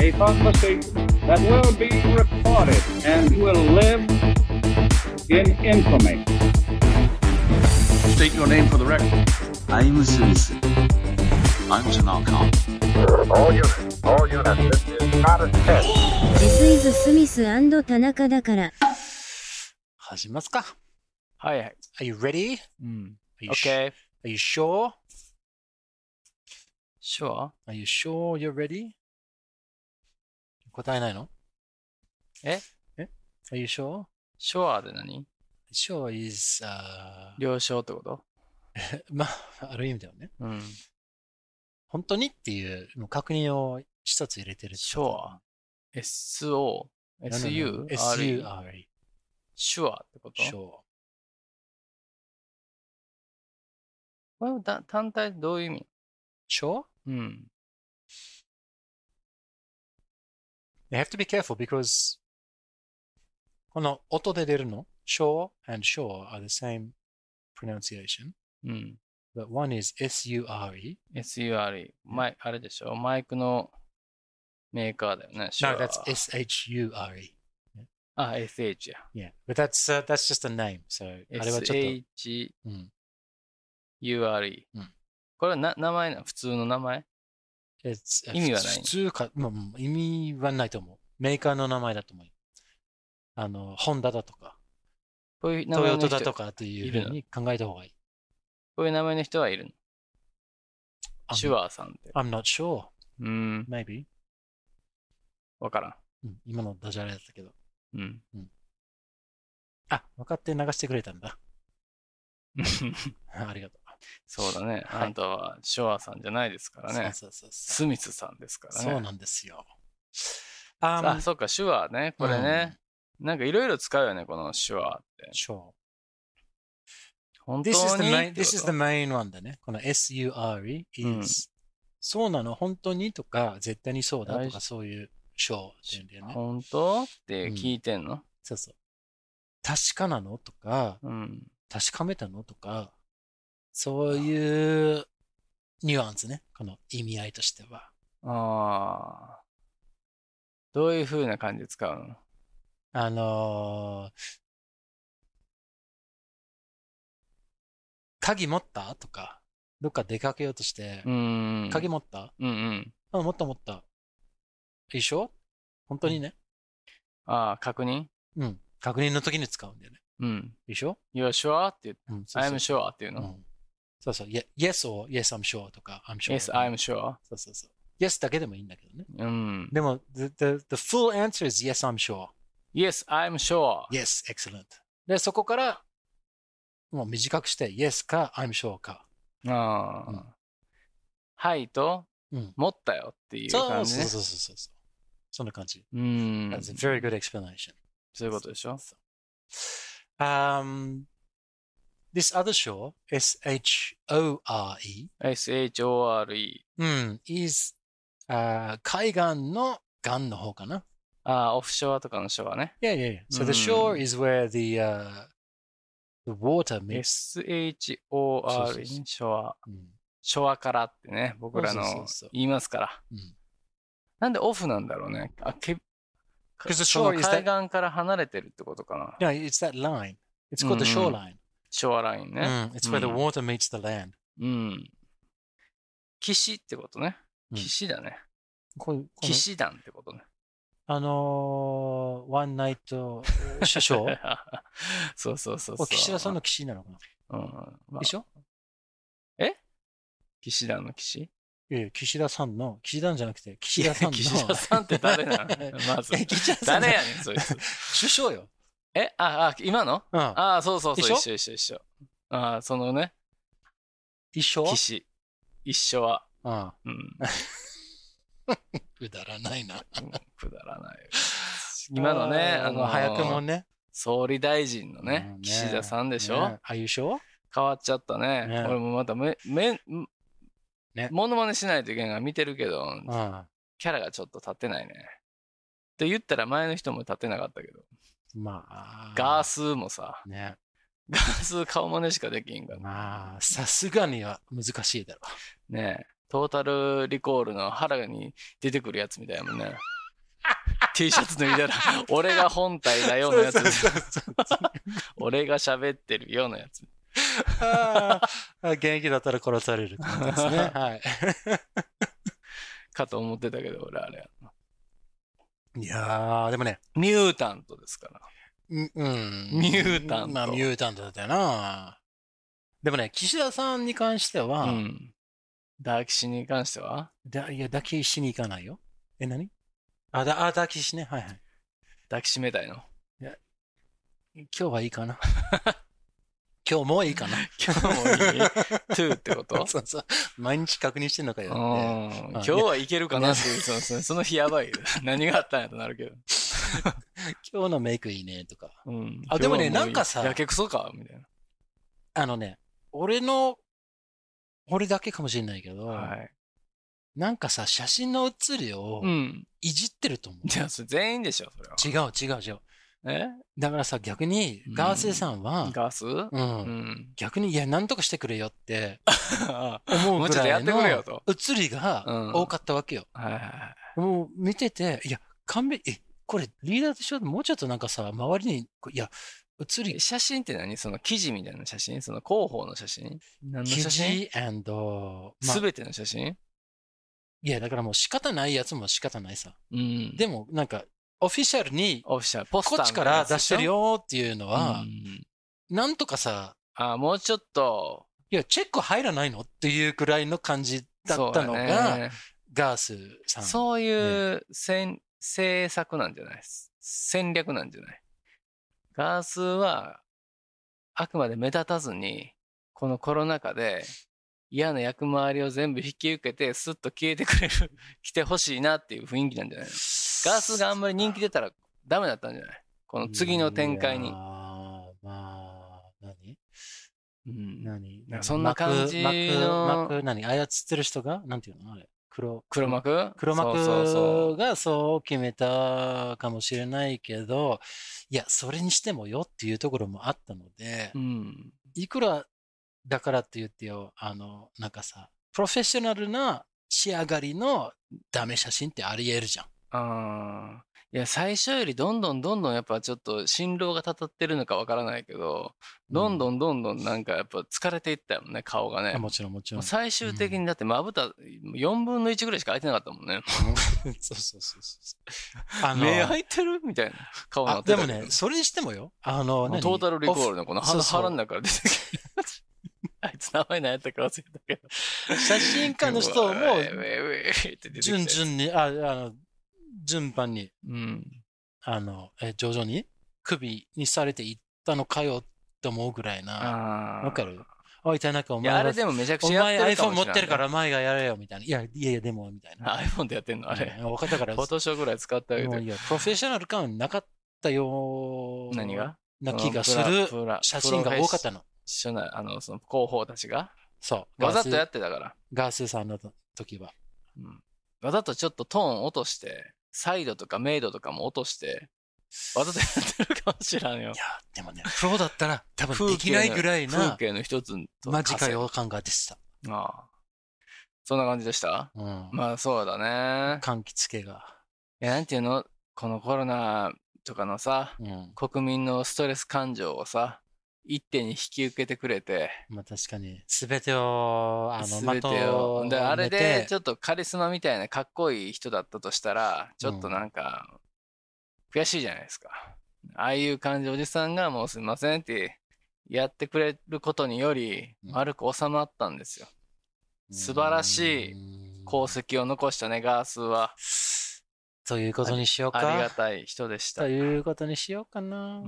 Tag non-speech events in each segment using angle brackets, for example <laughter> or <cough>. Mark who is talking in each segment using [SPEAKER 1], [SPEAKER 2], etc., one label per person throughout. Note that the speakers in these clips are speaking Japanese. [SPEAKER 1] a conversation that will be recorded and will live in infamy.
[SPEAKER 2] State your name for the record.
[SPEAKER 3] I'm a citizen. I'm Tanaka.
[SPEAKER 4] All units, all units, this is not a test.
[SPEAKER 5] This is Smith 田中だから。
[SPEAKER 6] 始めますか。
[SPEAKER 7] はいはい。
[SPEAKER 6] Are you ready?
[SPEAKER 7] うん。
[SPEAKER 6] Are you,
[SPEAKER 7] OK。
[SPEAKER 6] are you sure?
[SPEAKER 7] Sure?
[SPEAKER 6] Are you sure you're ready? 答えないの
[SPEAKER 7] え
[SPEAKER 6] え ?Are you sure?
[SPEAKER 7] Sure で何
[SPEAKER 6] Sure is, あ
[SPEAKER 7] 了承ってこと
[SPEAKER 6] ーまあ、ある意味だよね。
[SPEAKER 7] うん。
[SPEAKER 6] 本当にっていうもう確認を一つ入れてるってこと。
[SPEAKER 7] SO、SU、
[SPEAKER 6] SURE。
[SPEAKER 7] RE、Sure ってことこ
[SPEAKER 6] Sure.
[SPEAKER 7] れはだ単体でどういう意味
[SPEAKER 6] Sure?
[SPEAKER 7] うん。
[SPEAKER 6] You have to be careful because この音で出るの Sure and sure are the same pronunciation,
[SPEAKER 7] うん。
[SPEAKER 6] but one is S-U-R-E.
[SPEAKER 7] SURE。マイあれでしょマイクのメーカーだよね。
[SPEAKER 6] No,
[SPEAKER 7] Shure
[SPEAKER 6] that's S H U R E.
[SPEAKER 7] あ、SH や。
[SPEAKER 6] Yeah, but that's uh, that's just a name. So あれはちょっ
[SPEAKER 7] SHURE
[SPEAKER 6] うん。うん
[SPEAKER 7] これはな名前な普通の名前
[SPEAKER 6] と it's, uh,
[SPEAKER 7] 意味はない
[SPEAKER 6] 普通か、まあうん意味はないと思う。メーカーの名前だと思う。あの、ホンダだとか、
[SPEAKER 7] こういう名
[SPEAKER 6] ト
[SPEAKER 7] 前
[SPEAKER 6] ヨ
[SPEAKER 7] の
[SPEAKER 6] タ
[SPEAKER 7] 人
[SPEAKER 6] だとかというふうに考えた方がいい。
[SPEAKER 7] こういう名前の人はいるの
[SPEAKER 6] I'm-
[SPEAKER 7] シュワーさんって。
[SPEAKER 6] I'm not sure.
[SPEAKER 7] うん。
[SPEAKER 6] Maybe.
[SPEAKER 7] わから
[SPEAKER 6] うん、今のダジャレだったけど。
[SPEAKER 7] ん。うん。
[SPEAKER 6] <laughs> あ、分かって流してくれたんだ。 <laughs> ありがと
[SPEAKER 7] そうだ
[SPEAKER 6] は
[SPEAKER 7] ね。
[SPEAKER 6] い
[SPEAKER 7] あんたはショアさんじゃないですか
[SPEAKER 6] う。
[SPEAKER 7] らね。
[SPEAKER 6] そうそうそ
[SPEAKER 7] ス
[SPEAKER 6] う
[SPEAKER 7] ミスさんですか
[SPEAKER 6] そう。
[SPEAKER 7] ら
[SPEAKER 6] そう
[SPEAKER 7] ね。
[SPEAKER 6] なんですよ。あ
[SPEAKER 7] あ、そうか、手話ね。これね。なんかいろいろ使うよね、この手話って。
[SPEAKER 6] Sure.
[SPEAKER 7] 本当
[SPEAKER 6] This is the
[SPEAKER 7] に
[SPEAKER 6] main,
[SPEAKER 7] ってこ
[SPEAKER 6] this is
[SPEAKER 7] と
[SPEAKER 6] the main one だね。この SURE is、そうなの本当にとか、絶対にそうだと
[SPEAKER 7] 大
[SPEAKER 6] か、
[SPEAKER 7] 事
[SPEAKER 6] そういう章っていうんだよね。
[SPEAKER 7] 本当って聞いてんの
[SPEAKER 6] そうそう。確かなのとか、
[SPEAKER 7] うん。
[SPEAKER 6] 確かめたのとか、そういうニュアンスね。この意味合いとしては。
[SPEAKER 7] ああ。どういう風な感じで使うの
[SPEAKER 6] あのー鍵持ったとか、どっか出かけようとして
[SPEAKER 7] う、ん。
[SPEAKER 6] 鍵持った
[SPEAKER 7] うんうん。
[SPEAKER 6] あ、持った持った。一緒本当にね。
[SPEAKER 7] ああ、確認
[SPEAKER 6] うん。確認の時に使うんだよね。
[SPEAKER 7] うん。
[SPEAKER 6] 一緒
[SPEAKER 7] You're sure? って言って、
[SPEAKER 6] うん。そうそう
[SPEAKER 7] I'm sure っていう
[SPEAKER 6] う
[SPEAKER 7] の。
[SPEAKER 6] んそうそう。Ye- Yes or Yes, I'm sure とか、I'm sure.
[SPEAKER 7] Yes, I'm sure.
[SPEAKER 6] そうそうそう。Yes だけでもいいんだけどね。
[SPEAKER 7] うん。
[SPEAKER 6] でも、the, the, the full answer is Yes, I'm sure.
[SPEAKER 7] Yes, I'm sure.
[SPEAKER 6] Yes, excellent. で、そこから、もう短くして、Yes か I'm sure か。
[SPEAKER 7] ああ、
[SPEAKER 6] うん
[SPEAKER 7] はいと、
[SPEAKER 6] うん
[SPEAKER 7] 持ったよっていう
[SPEAKER 6] そ
[SPEAKER 7] 感
[SPEAKER 6] う
[SPEAKER 7] じ
[SPEAKER 6] そう
[SPEAKER 7] ね。
[SPEAKER 6] そうそうそう。そんな感じ。
[SPEAKER 7] うーん。
[SPEAKER 6] That's a very good explanation.
[SPEAKER 7] そういうことでしょ
[SPEAKER 6] Um, this other shore, S H O R E,
[SPEAKER 7] ?shore。
[SPEAKER 6] うん、is、uh, 海岸の岸の方かな。
[SPEAKER 7] ああ、オフショアとかのショアね。
[SPEAKER 6] Yeah, yeah, yeah. So the
[SPEAKER 7] うん
[SPEAKER 6] shore is where the, uh, the water meets. そ
[SPEAKER 7] shore ね
[SPEAKER 6] うそうそう
[SPEAKER 7] ショア。
[SPEAKER 6] うん
[SPEAKER 7] ショアからってね、僕ら
[SPEAKER 6] そうそうそう
[SPEAKER 7] の
[SPEAKER 6] そう
[SPEAKER 7] 言いますから。
[SPEAKER 6] うん
[SPEAKER 7] なんでオフなんだろうね。あ、け、
[SPEAKER 6] Because the
[SPEAKER 7] その
[SPEAKER 6] shore is
[SPEAKER 7] 海
[SPEAKER 6] that.
[SPEAKER 7] 岸から離れてるってことかな。
[SPEAKER 6] No, it's that line. It's called the
[SPEAKER 7] うんうん
[SPEAKER 6] shoreline.
[SPEAKER 7] ショアラインね。
[SPEAKER 6] うん It's where the
[SPEAKER 7] うん
[SPEAKER 6] water meets the land.
[SPEAKER 7] うん。岸ってことね。
[SPEAKER 6] うん
[SPEAKER 7] 岸だね。
[SPEAKER 6] こうこの
[SPEAKER 7] 騎士団ってことね。
[SPEAKER 6] あのー、ワンナイト首相 <laughs> こ
[SPEAKER 7] <laughs> そうそうそ
[SPEAKER 6] れ
[SPEAKER 7] うそう。
[SPEAKER 6] 岸田さんの岸なのかな
[SPEAKER 7] うん、まあ
[SPEAKER 6] でしょ
[SPEAKER 7] 騎士団の騎士
[SPEAKER 6] いやいや岸田さんの、岸田じゃなくて、岸
[SPEAKER 7] いや
[SPEAKER 6] 田さん
[SPEAKER 7] <laughs>
[SPEAKER 6] の。
[SPEAKER 7] 騎士団さんって誰なの
[SPEAKER 6] <laughs>
[SPEAKER 7] まず
[SPEAKER 6] え。岸田さんの
[SPEAKER 7] 誰やねん、そいつ。
[SPEAKER 6] 首相よ。
[SPEAKER 7] え、あ、あ、今の
[SPEAKER 6] うん。
[SPEAKER 7] ああ、そうそうそ
[SPEAKER 6] 一
[SPEAKER 7] う、
[SPEAKER 6] 緒
[SPEAKER 7] 一緒一緒一緒。ああ、そのね、
[SPEAKER 6] 一緒
[SPEAKER 7] 騎士。一緒は。
[SPEAKER 6] うん。
[SPEAKER 7] うん。 <laughs>
[SPEAKER 6] くだらないな。
[SPEAKER 7] くだらない。今の
[SPEAKER 6] <laughs>
[SPEAKER 7] ね、あの、
[SPEAKER 6] 早くもね。
[SPEAKER 7] 総理大臣のね
[SPEAKER 6] う、
[SPEAKER 7] 岸田さんでしょ、
[SPEAKER 6] ねあ、優勝
[SPEAKER 7] 変わっちゃったね。
[SPEAKER 6] ね
[SPEAKER 7] 俺もまため、め、ん
[SPEAKER 6] ね
[SPEAKER 7] モノマネしないといけないから見てるけど、
[SPEAKER 6] うん。
[SPEAKER 7] キャラがちょっと立ってないね。って言ったら前の人も立ってなかったけど、
[SPEAKER 6] まあ。
[SPEAKER 7] ガースーもさ、 <laughs>
[SPEAKER 6] ね。
[SPEAKER 7] ガースー顔真似しかできんから
[SPEAKER 6] まあ、さすがには難しいだろ
[SPEAKER 7] ねえトータルリコールの原に出てくるやつみたいやもんね。 T シャツ脱いだ
[SPEAKER 6] <laughs>
[SPEAKER 7] ら、俺が本体だよのやつ
[SPEAKER 6] そう。そうそうそう
[SPEAKER 7] 俺が喋ってるよのやつ。
[SPEAKER 6] あー現役だったら殺される感じです
[SPEAKER 7] <laughs>
[SPEAKER 6] ね。は
[SPEAKER 7] かと思ってたけど、俺あれ。
[SPEAKER 6] い。いやー、でもね、
[SPEAKER 7] ミュータントですから。
[SPEAKER 6] うんうん。
[SPEAKER 7] ミュータント
[SPEAKER 6] まあ、ミュータントだったよな。でもね、岸田さんに関しては、
[SPEAKER 7] うん。ダーキシに関しては
[SPEAKER 6] だいや、抱きしに行かないよ。え、何あ、だ、あ、抱きしね。はいはい。
[SPEAKER 7] 抱きしめたいの。
[SPEAKER 6] 今日はいいかな。 <laughs> 今日もういいかな。
[SPEAKER 7] <laughs> 今日もいい ?2 ってこ
[SPEAKER 6] <laughs>
[SPEAKER 7] と
[SPEAKER 6] そうそう。毎日確認してんのか
[SPEAKER 7] う
[SPEAKER 6] よ
[SPEAKER 7] ん。
[SPEAKER 6] って。
[SPEAKER 7] 今日はいけるかなっていう、そうですね。その <laughs> 日やばいよ。何があったんやとなるけど。
[SPEAKER 6] 今日のメイクいいね、とか。
[SPEAKER 7] うん
[SPEAKER 6] あでもね
[SPEAKER 7] 今日はう
[SPEAKER 6] なんかさ
[SPEAKER 7] やけくそかみたい
[SPEAKER 6] あのね、俺の、俺だけかもしれないけど、
[SPEAKER 7] な。はい。
[SPEAKER 6] なんかさ、写真の写りを
[SPEAKER 7] うん。
[SPEAKER 6] いじってると思う。
[SPEAKER 7] じゃあ、それ全員でしょ、それは。
[SPEAKER 6] 違う違う違う。
[SPEAKER 7] え
[SPEAKER 6] だからさ、逆に
[SPEAKER 7] うん、
[SPEAKER 6] ガーセさんは、
[SPEAKER 7] ガスう
[SPEAKER 6] うん、
[SPEAKER 7] ん。 <laughs>
[SPEAKER 6] 逆に、いや、なんとかしてくれよって
[SPEAKER 7] は
[SPEAKER 6] 思う
[SPEAKER 7] もう
[SPEAKER 6] ぐ
[SPEAKER 7] ちょっとや
[SPEAKER 6] ら
[SPEAKER 7] っ
[SPEAKER 6] い
[SPEAKER 7] てくれよ
[SPEAKER 6] の
[SPEAKER 7] と
[SPEAKER 6] 写りが
[SPEAKER 7] うん
[SPEAKER 6] 多かったわけよ。
[SPEAKER 7] いはいはい。
[SPEAKER 6] もう見てて、いや、勘弁、え、これリーダーとしてはもうちょっとなんかさ、周りに、こいや、写り、
[SPEAKER 7] 写真って何その記事みたいな写真その広報の写真何の
[SPEAKER 6] 記
[SPEAKER 7] 写真
[SPEAKER 6] 事 and、まあ
[SPEAKER 7] す、べての写真
[SPEAKER 6] いや、だからもう仕方ないやつも仕方ないさ。
[SPEAKER 7] うん。
[SPEAKER 6] でも、なんか、オフィシャルに、
[SPEAKER 7] オフィシャル、ポスター
[SPEAKER 6] こっちから出してるよっていうのは
[SPEAKER 7] う、ん
[SPEAKER 6] なんとかさ、
[SPEAKER 7] あ、もうちょっと、
[SPEAKER 6] いや、チェック入らないのっていうくらいの感じだったの
[SPEAKER 7] そう
[SPEAKER 6] が、
[SPEAKER 7] やね
[SPEAKER 6] ガースさん。
[SPEAKER 7] そういう戦政策なんじゃない戦略なんじゃないガースは、あくまで目立たずに、このコロナ禍で嫌な役回りを全部引き受けて、スッと消えてくれる、来てほしいなっていう雰囲気なんじゃないのガースがあんまり人気出たらダメだったんじゃないこの次の展開
[SPEAKER 6] い
[SPEAKER 7] に
[SPEAKER 6] やー。まあ、何
[SPEAKER 7] うん
[SPEAKER 6] 何
[SPEAKER 7] なんかそんな感じの
[SPEAKER 6] 幕、幕、幕何操ってる人が、なんていうのあれ。黒、
[SPEAKER 7] 黒幕
[SPEAKER 6] 黒
[SPEAKER 7] そうそうそ
[SPEAKER 6] 幕
[SPEAKER 7] う。
[SPEAKER 6] がそう決めたかもしれないけど、いや、それにしてもよっていうところもあったので
[SPEAKER 7] う、ん。
[SPEAKER 6] いくらだからって言ってよ、あの、なんかさ、プロフェッショナルな仕上がりのダメ写真ってあり得るじゃん。
[SPEAKER 7] ああ。いや、最初よりどんどんどんどんやっぱちょっと辛労がたたってるのかわからないけど、どんどんどんどんなんかやっぱ疲れていったよね、顔がね
[SPEAKER 6] あ。もちろんもちろ
[SPEAKER 7] も
[SPEAKER 6] ん。
[SPEAKER 7] う最終的にだってまぶた4分の1ぐらいしか開いてなかったもんね。
[SPEAKER 6] <laughs> そうそうそうそう。あの、
[SPEAKER 7] 目開いてるみたいな顔にな
[SPEAKER 6] あ
[SPEAKER 7] って
[SPEAKER 6] で
[SPEAKER 7] た
[SPEAKER 6] も
[SPEAKER 7] けど
[SPEAKER 6] ね、それにしてもよ、あの、何
[SPEAKER 7] トータルリコールのこの
[SPEAKER 6] そ
[SPEAKER 7] 腹
[SPEAKER 6] うそう
[SPEAKER 7] 腹の中から出て <laughs> きた。あいつ名前何やったか忘れたけど。
[SPEAKER 6] オフ写真家の人も
[SPEAKER 7] うわ、ええええええって出てきた
[SPEAKER 6] 順々に、ああの、順番に、
[SPEAKER 7] うん。
[SPEAKER 6] あの、え徐々に首にされていったのかよって思うぐらいな。
[SPEAKER 7] ああ。
[SPEAKER 6] わかるおい、田中、お
[SPEAKER 7] いや、あ
[SPEAKER 6] 前
[SPEAKER 7] れ
[SPEAKER 6] ら、
[SPEAKER 7] でもめちゃく
[SPEAKER 6] お
[SPEAKER 7] ちゃ
[SPEAKER 6] 前
[SPEAKER 7] やってるか
[SPEAKER 6] iPhone
[SPEAKER 7] もし
[SPEAKER 6] 持
[SPEAKER 7] れ。
[SPEAKER 6] ってるからら、前がやれよ、みたいな。いや、いやいや、でも、みたいな。
[SPEAKER 7] あ iPhone でやってんのあれ。
[SPEAKER 6] うん分かったから、
[SPEAKER 7] フォトショーぐらい使ってあげ
[SPEAKER 6] もう
[SPEAKER 7] て
[SPEAKER 6] い。いよプロフェッショナル感はなかったよう
[SPEAKER 7] 何が
[SPEAKER 6] な気がする写真が多かったの。
[SPEAKER 7] 一緒な、あの、その広報たちが。
[SPEAKER 6] そう。
[SPEAKER 7] わざとや
[SPEAKER 6] ガース
[SPEAKER 7] ってたから。
[SPEAKER 6] ガースさんの時は。
[SPEAKER 7] うんわざとちょっとトーン落として、サイドとかメイドとかも落として、わざとやってるかもしらんよ
[SPEAKER 6] い。や、でもね、プロだったら多分できないぐらい
[SPEAKER 7] 風
[SPEAKER 6] な
[SPEAKER 7] 景の一つと
[SPEAKER 6] マジか。よ感が出てた。
[SPEAKER 7] ああそんな感じでした
[SPEAKER 6] うん。
[SPEAKER 7] まあそうだね。
[SPEAKER 6] 柑橘系が。
[SPEAKER 7] いや、なんていうのこのコロナとかのさ、
[SPEAKER 6] うん。
[SPEAKER 7] 国民のストレス感情をさ、一手に引き受けてくれて、
[SPEAKER 6] まあ確かに、すべてを、あの、
[SPEAKER 7] すべてを。で、
[SPEAKER 6] 的を
[SPEAKER 7] あれ
[SPEAKER 6] 埋め
[SPEAKER 7] で
[SPEAKER 6] て、
[SPEAKER 7] ちょっとカリスマみたいなかっこいい人だったとしたら、ちょっとなんか、悔しいじゃないですか。ああいう感じ、おじさんがもうすいませんってやってくれることにより、
[SPEAKER 6] うん
[SPEAKER 7] 丸く収まったんですよ。素晴らしい
[SPEAKER 6] い
[SPEAKER 7] 功績を残したね、ガースは。
[SPEAKER 6] ということにしよう
[SPEAKER 7] あ
[SPEAKER 6] か。
[SPEAKER 7] りがたい人でした。
[SPEAKER 6] と
[SPEAKER 7] うん。
[SPEAKER 6] いうことにしようかな。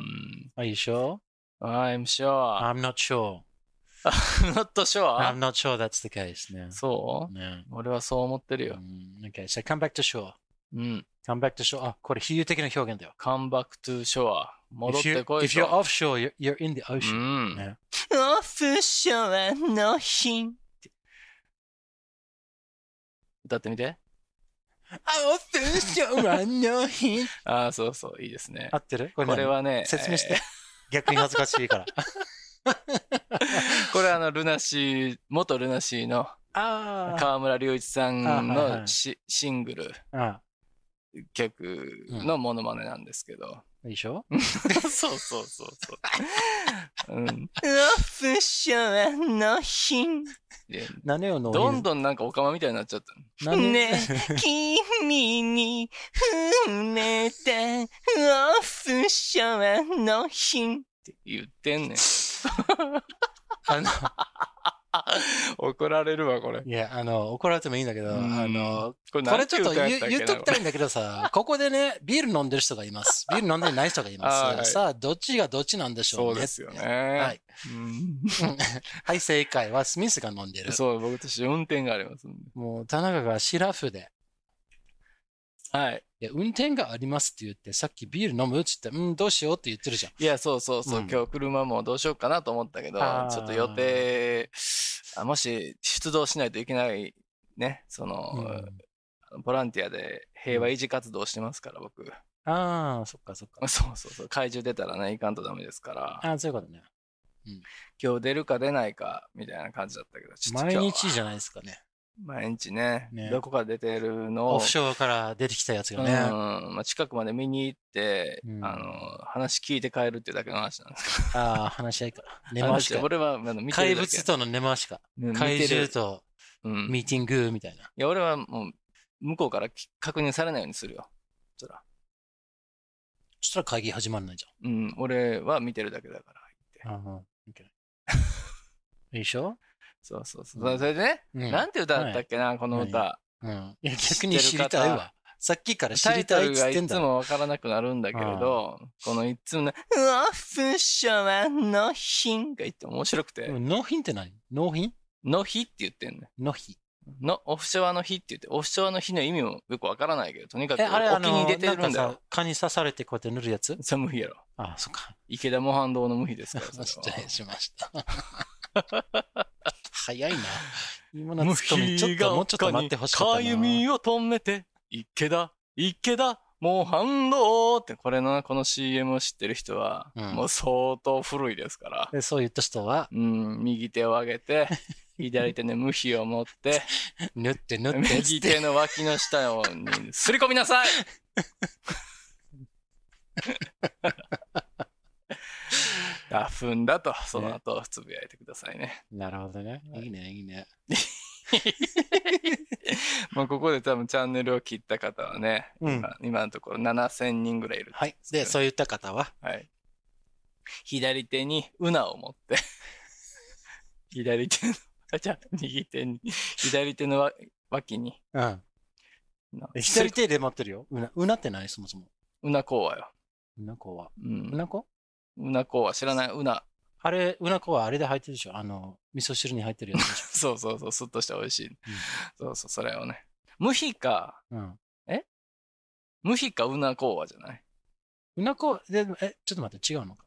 [SPEAKER 6] Are you sure?
[SPEAKER 7] I'm sure.
[SPEAKER 6] I'm not sure.
[SPEAKER 7] <laughs> not
[SPEAKER 6] I'm
[SPEAKER 7] sure.
[SPEAKER 6] not sure that's the case ね。
[SPEAKER 7] そ
[SPEAKER 6] ね。
[SPEAKER 7] う俺はそう思ってるよ。
[SPEAKER 6] うん Okay, so come back to shore.
[SPEAKER 7] うん。
[SPEAKER 6] come back to shore. あ、これ比喩的な表現だよ。
[SPEAKER 7] come back to shore. 戻っ
[SPEAKER 6] If you're,
[SPEAKER 7] てこい
[SPEAKER 6] if you're
[SPEAKER 7] と。
[SPEAKER 6] offshore, you're, you're in the
[SPEAKER 7] う
[SPEAKER 6] ocean.、
[SPEAKER 7] ん。
[SPEAKER 6] ね
[SPEAKER 7] オフショアの日歌ってみて。
[SPEAKER 6] Offshore の日。
[SPEAKER 7] <laughs> ああ、そうそう、いいですね
[SPEAKER 6] 合。ってるこれ
[SPEAKER 7] こ
[SPEAKER 6] 何
[SPEAKER 7] れはね、
[SPEAKER 6] 説明して
[SPEAKER 7] えー。
[SPEAKER 6] 逆に恥ずかしい
[SPEAKER 7] <laughs>
[SPEAKER 6] から。
[SPEAKER 7] これはあの、ルナシー、元ルナシーの
[SPEAKER 6] あ
[SPEAKER 7] 河村隆一さん
[SPEAKER 6] あはいは
[SPEAKER 7] の
[SPEAKER 6] い
[SPEAKER 7] シシングル、
[SPEAKER 6] あ。
[SPEAKER 7] 曲のモノマネなんです
[SPEAKER 6] <laughs>
[SPEAKER 7] けど。
[SPEAKER 6] でしょ
[SPEAKER 7] そうそうそうそう。うん。オフショアの日。
[SPEAKER 6] 何をの
[SPEAKER 7] どんどんなんかオカマみたいになっちゃった。
[SPEAKER 6] 何を
[SPEAKER 7] ね、
[SPEAKER 6] <laughs>
[SPEAKER 7] 君に触れたオフショアの日。って言って <laughs> んねん。
[SPEAKER 6] あの、
[SPEAKER 7] 怒られるわ、これ。
[SPEAKER 6] いや、あの、怒られてもいいんだけど、あの、
[SPEAKER 7] これ
[SPEAKER 6] これちょっと言
[SPEAKER 7] なん
[SPEAKER 6] う
[SPEAKER 7] て歌
[SPEAKER 6] 言
[SPEAKER 7] や
[SPEAKER 6] っと
[SPEAKER 7] た
[SPEAKER 6] き
[SPEAKER 7] け
[SPEAKER 6] たいんだけど
[SPEAKER 7] <laughs>
[SPEAKER 6] さ、ここでね、ビール飲んでる人がいます。ビール飲んでない人がいま
[SPEAKER 7] <laughs> あー
[SPEAKER 6] す。さあ、どっちがどっちなんでしょ
[SPEAKER 7] そうう
[SPEAKER 6] ね。
[SPEAKER 7] ですよね。
[SPEAKER 6] はい。
[SPEAKER 7] うん
[SPEAKER 6] はい、正解はスミスが飲んでる。
[SPEAKER 7] そう、僕たち運転がありますんで。
[SPEAKER 6] もう、田中がシラフで、
[SPEAKER 7] はい。
[SPEAKER 6] いや運転がありますって言って、さっきビール飲むって言って、うん、どうしようって言ってるじゃん。
[SPEAKER 7] いや、そうそうそう、
[SPEAKER 6] うん
[SPEAKER 7] 今日車もどうしようかなと思ったけど、
[SPEAKER 6] あー
[SPEAKER 7] ちょっと予定、あもし出動しないといけない、ね、その、
[SPEAKER 6] うん
[SPEAKER 7] ボランティアで平和維持活動してますから、僕。
[SPEAKER 6] ああ、そっかそっか。
[SPEAKER 7] <laughs> そうそうそう、怪獣出たらね、いかんとダメですから、
[SPEAKER 6] ああ、そういうことね。
[SPEAKER 7] 今日出るか出ないか、みたいな感じだったけど、ちょっと
[SPEAKER 6] 毎
[SPEAKER 7] 今日は
[SPEAKER 6] 日じゃないですかね。
[SPEAKER 7] 毎日ね
[SPEAKER 6] ね
[SPEAKER 7] どこから出てるのを
[SPEAKER 6] オフショアから出てきたやつ
[SPEAKER 7] う
[SPEAKER 6] が
[SPEAKER 7] ん
[SPEAKER 6] ね。
[SPEAKER 7] まあ、近くまで見に行って、
[SPEAKER 6] うん
[SPEAKER 7] あの話聞いて帰るっていうだけの話なんです
[SPEAKER 6] ああ、話し合いから。
[SPEAKER 7] け
[SPEAKER 6] 根
[SPEAKER 7] ど
[SPEAKER 6] 回しか。
[SPEAKER 7] 俺はあの見てる
[SPEAKER 6] 怪
[SPEAKER 7] だけ
[SPEAKER 6] 物との根回しか。
[SPEAKER 7] うん見てる
[SPEAKER 6] 怪獣と
[SPEAKER 7] うん
[SPEAKER 6] ミーティングみたいな。
[SPEAKER 7] いや、俺はもう、向こうからき確認されないようにするよ。そら。
[SPEAKER 6] そしたら会議始まらないじ
[SPEAKER 7] うん、俺は見てるだけだから。
[SPEAKER 6] ゃん。ああ。いい <laughs> でしょ
[SPEAKER 7] そうそうそう。
[SPEAKER 6] うん
[SPEAKER 7] それでね、
[SPEAKER 6] うん
[SPEAKER 7] なんて歌だったっけな、この歌。
[SPEAKER 6] うん。いや、逆に知りたいわ。さっきから知
[SPEAKER 7] タ
[SPEAKER 6] り
[SPEAKER 7] イト
[SPEAKER 6] たいっ
[SPEAKER 7] ル
[SPEAKER 6] つ
[SPEAKER 7] が
[SPEAKER 6] って
[SPEAKER 7] い
[SPEAKER 6] ん
[SPEAKER 7] つ
[SPEAKER 6] だろ。
[SPEAKER 7] もわからなくなるんだけれど、このいつもの、オフショアの日が言って面白くて、
[SPEAKER 6] 納品って何納品
[SPEAKER 7] の日って言ってんね。
[SPEAKER 6] 納品。
[SPEAKER 7] の、オフショアの日って言って、オフショアの日の意味もよくわからないけど、とにかく
[SPEAKER 6] え、あれ、あ
[SPEAKER 7] 沖に
[SPEAKER 6] の、
[SPEAKER 7] 出て
[SPEAKER 6] なん
[SPEAKER 7] る
[SPEAKER 6] か
[SPEAKER 7] んだよ
[SPEAKER 6] さ。、蚊に刺されてこうやって塗るやつ
[SPEAKER 7] それ無理やろ。
[SPEAKER 6] ああ、そっか。
[SPEAKER 7] 池田模範堂の無比ですから。そ
[SPEAKER 6] 失
[SPEAKER 7] れは
[SPEAKER 6] 礼しました。 <laughs> 早い <laughs> な。今のツッコミ、ちょっともうちょっと待ってほしかったな。
[SPEAKER 7] かゆみを止めて、池田、池田、もう反動って、これの、この CM を知ってる人は、
[SPEAKER 6] うん
[SPEAKER 7] もう相当古いですから。
[SPEAKER 6] でそう言った人 <laughs> は、
[SPEAKER 7] うん、右手を上げ
[SPEAKER 6] <laughs>
[SPEAKER 7] て、左手の無比を持って、
[SPEAKER 6] 塗って塗 <laughs> ってっつ
[SPEAKER 7] 右
[SPEAKER 6] って
[SPEAKER 7] 手の脇の下にすり込み
[SPEAKER 6] <laughs>
[SPEAKER 7] なさいあ、踏んだと、その後、つぶやいてくださいね。
[SPEAKER 6] なるほどね。いいね、いいね。
[SPEAKER 7] まあここで多分チャンネルを切った方はね、
[SPEAKER 6] うん
[SPEAKER 7] 今今のところ7000人ぐらいいる。
[SPEAKER 6] はい。で、そういった方は、
[SPEAKER 7] はい。左手にウナを持って、 <laughs> 左手の、あ、じゃあ右手に、 <laughs> 左手のわ脇に、
[SPEAKER 6] うん。
[SPEAKER 7] な
[SPEAKER 6] 左手で持ってるよ。うな、うなってないそもそも。
[SPEAKER 7] ウナコウはよ。
[SPEAKER 6] うなこは。
[SPEAKER 7] う。
[SPEAKER 6] うんなこ
[SPEAKER 7] ウナコウは知らない、ウナ。 <laughs>
[SPEAKER 6] あれ、うなこはあれで入ってるでしょあの、味噌汁に入ってるやつでしょ
[SPEAKER 7] そうそうそう、スッとして美味しい。そうそう、それをね。無比か、
[SPEAKER 6] <laughs> うん。
[SPEAKER 7] 無比かウナコウはじゃないう
[SPEAKER 6] なこ、でも、え、ちょっと待って、違うのか。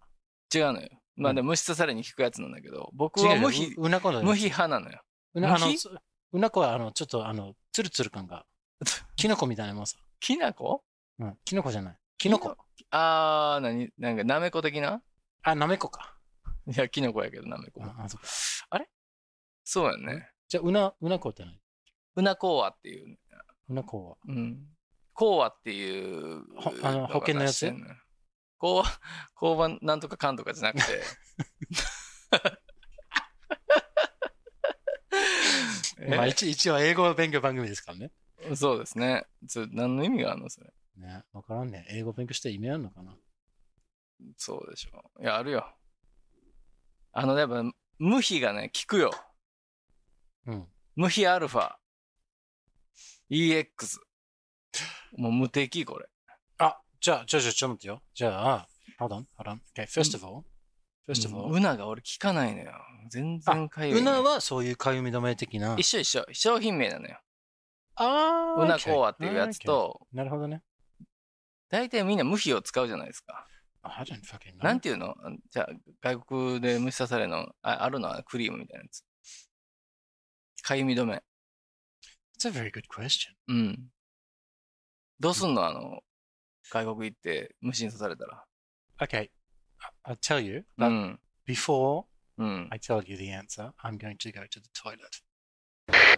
[SPEAKER 7] 違うのよ。まあ
[SPEAKER 6] うん
[SPEAKER 7] でも虫刺されに効くやつなんだけど、僕
[SPEAKER 6] 違
[SPEAKER 7] は
[SPEAKER 6] うよ
[SPEAKER 7] 無比、
[SPEAKER 6] ううなこの
[SPEAKER 7] 無比派なのよ。
[SPEAKER 6] うな、あの
[SPEAKER 7] 無比、
[SPEAKER 6] そうんなこは、あの、ちょっと、あの、つるつる <laughs> 感が。キノコみたいなもんさ。
[SPEAKER 7] きなこ
[SPEAKER 6] うん。キノコじゃない。キノコ。
[SPEAKER 7] あー、なに、なんか、なめこ的な
[SPEAKER 6] あ、なめこか。
[SPEAKER 7] いや、キノコやけど、なめこ
[SPEAKER 6] う。んあ、そうか。
[SPEAKER 7] そうやね。
[SPEAKER 6] じゃあ、うな、うなこって何
[SPEAKER 7] うなこうわっていう。
[SPEAKER 6] うなこは。
[SPEAKER 7] うん。こうわっていう。
[SPEAKER 6] ほあの保険のやつ
[SPEAKER 7] こう、 <laughs> こうはなんとかかんとかじゃな
[SPEAKER 6] <laughs>
[SPEAKER 7] くて。
[SPEAKER 6] まあ、一一応、英語勉強番組ですからね。
[SPEAKER 7] えそうですね。それ何の意味があるのそれ。
[SPEAKER 6] ね、わからんね。英語勉強して意味あるのかな。
[SPEAKER 7] そうでしょう。いや、あるよ。あの、やっぱ、無比がね、効くよ。
[SPEAKER 6] うん。
[SPEAKER 7] 無比アルファ。EX。もう無敵、これ。
[SPEAKER 6] あ、じゃあ、じゃあ、じゃあ、ちょっと待ってよ。じゃあ、hold on, hold on. Okay, first of all, first of
[SPEAKER 7] うん
[SPEAKER 6] all,
[SPEAKER 7] うなが俺聞かないのよ。全然かゆいう
[SPEAKER 6] な
[SPEAKER 7] は
[SPEAKER 6] はそういうかゆみ止め的な
[SPEAKER 7] 一。緒一緒。商品名なのよ。
[SPEAKER 6] あ
[SPEAKER 7] うなこわっていうやつ。と、
[SPEAKER 6] なるほどね。
[SPEAKER 7] 大体みんな無比を使うじゃないですか。
[SPEAKER 6] I don't fucking know.
[SPEAKER 7] なんていうのあじゃあ、外国で虫刺されのああるのはクリームみたいなやつ。かゆみ止め。
[SPEAKER 6] It's a very good question.
[SPEAKER 7] うん。どうすんのあの、外国行って虫に刺されたら。
[SPEAKER 6] Okay, I- I'll tell you.
[SPEAKER 7] う
[SPEAKER 6] But
[SPEAKER 7] ん。
[SPEAKER 6] before
[SPEAKER 7] うん。
[SPEAKER 6] I tell you the answer, I'm going to go to the toilet.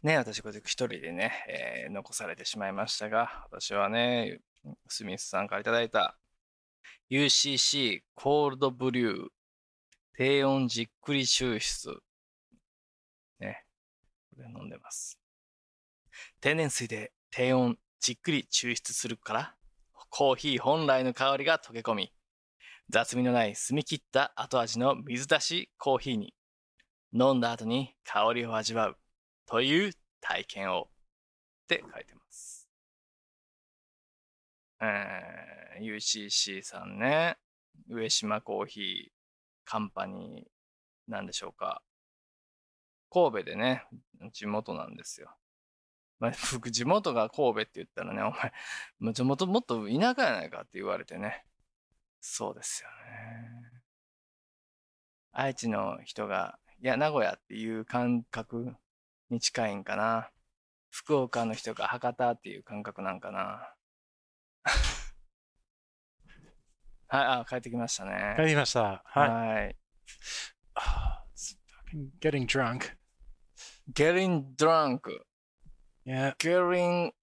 [SPEAKER 7] ね、私、こうやって一人でね、えー残されてしまいましたが、私はね、スミスさんからいただいた UCC コールドブリュー低温じっくり抽出ねこれ飲んでます天然水で低温じっくり抽出するからコーヒー本来の香りが溶け込み雑味のない澄み切った後味の水出しコーヒーに飲んだ後に香りを味わうという体験をって書いてます。えー UCC さんね、上島コーヒーカンパニーなんでしょうか。神戸でね、地元なんですよ。まあ、 <laughs> 僕、地元が神戸って言ったらね、お前、もう地元もっと田舎やないかって言われてね。そうですよね。愛知の人が、いや、名古屋っていう感覚に近いんかな。福岡の人が博多っていう感覚なんかな。 <laughs> はい、あ、帰ってきましたね。
[SPEAKER 6] 帰りました。はい。
[SPEAKER 7] はい。
[SPEAKER 6] Ah, <sighs> it's fucking getting drunk.
[SPEAKER 7] getting drunk,
[SPEAKER 6] Yeah,
[SPEAKER 7] getting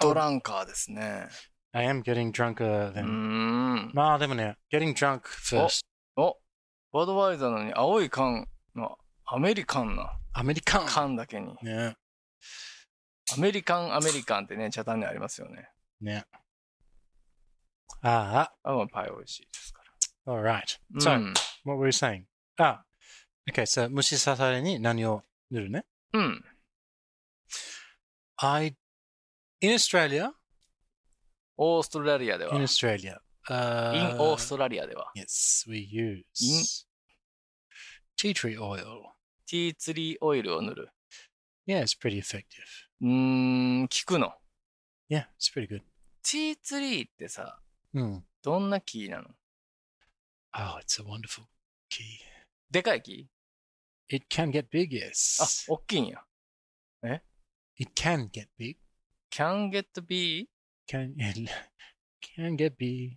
[SPEAKER 7] ドランカーですね。
[SPEAKER 6] I am getting drunker
[SPEAKER 7] うー
[SPEAKER 6] than.
[SPEAKER 7] ん。
[SPEAKER 6] まあでもね、getting drunk first.
[SPEAKER 7] お、バドワイザーなのに青い缶のアメリカンな
[SPEAKER 6] アメリカン。
[SPEAKER 7] 缶だけに。
[SPEAKER 6] ね。
[SPEAKER 7] アメリカンアメリカンってね、チャタンにありますよね。
[SPEAKER 6] ね。あ
[SPEAKER 7] あ、まあパイ美味しいですか
[SPEAKER 6] あ、alright.
[SPEAKER 7] ら。う
[SPEAKER 6] So,
[SPEAKER 7] ん。
[SPEAKER 6] what were you saying? あ、okay, so 虫刺されに何を塗るね
[SPEAKER 7] うん。
[SPEAKER 6] ?I, in Australia,
[SPEAKER 7] オーストラリアでは。
[SPEAKER 6] in
[SPEAKER 7] イン
[SPEAKER 6] Australia,
[SPEAKER 7] オース
[SPEAKER 6] uh,
[SPEAKER 7] トラリアでは。
[SPEAKER 6] yes, we use tea tree oil.
[SPEAKER 7] T ツリーオイルを塗る。
[SPEAKER 6] Yeah, it's pretty effective.
[SPEAKER 7] うーん、効くの。
[SPEAKER 6] Yeah, it's pretty good.
[SPEAKER 7] T ツリーってさ、
[SPEAKER 6] Mm.
[SPEAKER 7] どんな木なの
[SPEAKER 6] Oh, it's a wonderful key.
[SPEAKER 7] でかい木
[SPEAKER 6] It can get big,
[SPEAKER 7] あ
[SPEAKER 6] yes.、
[SPEAKER 7] おっきいんや。
[SPEAKER 6] It can get big.
[SPEAKER 7] can get be?
[SPEAKER 6] Can <laughs> it can get big?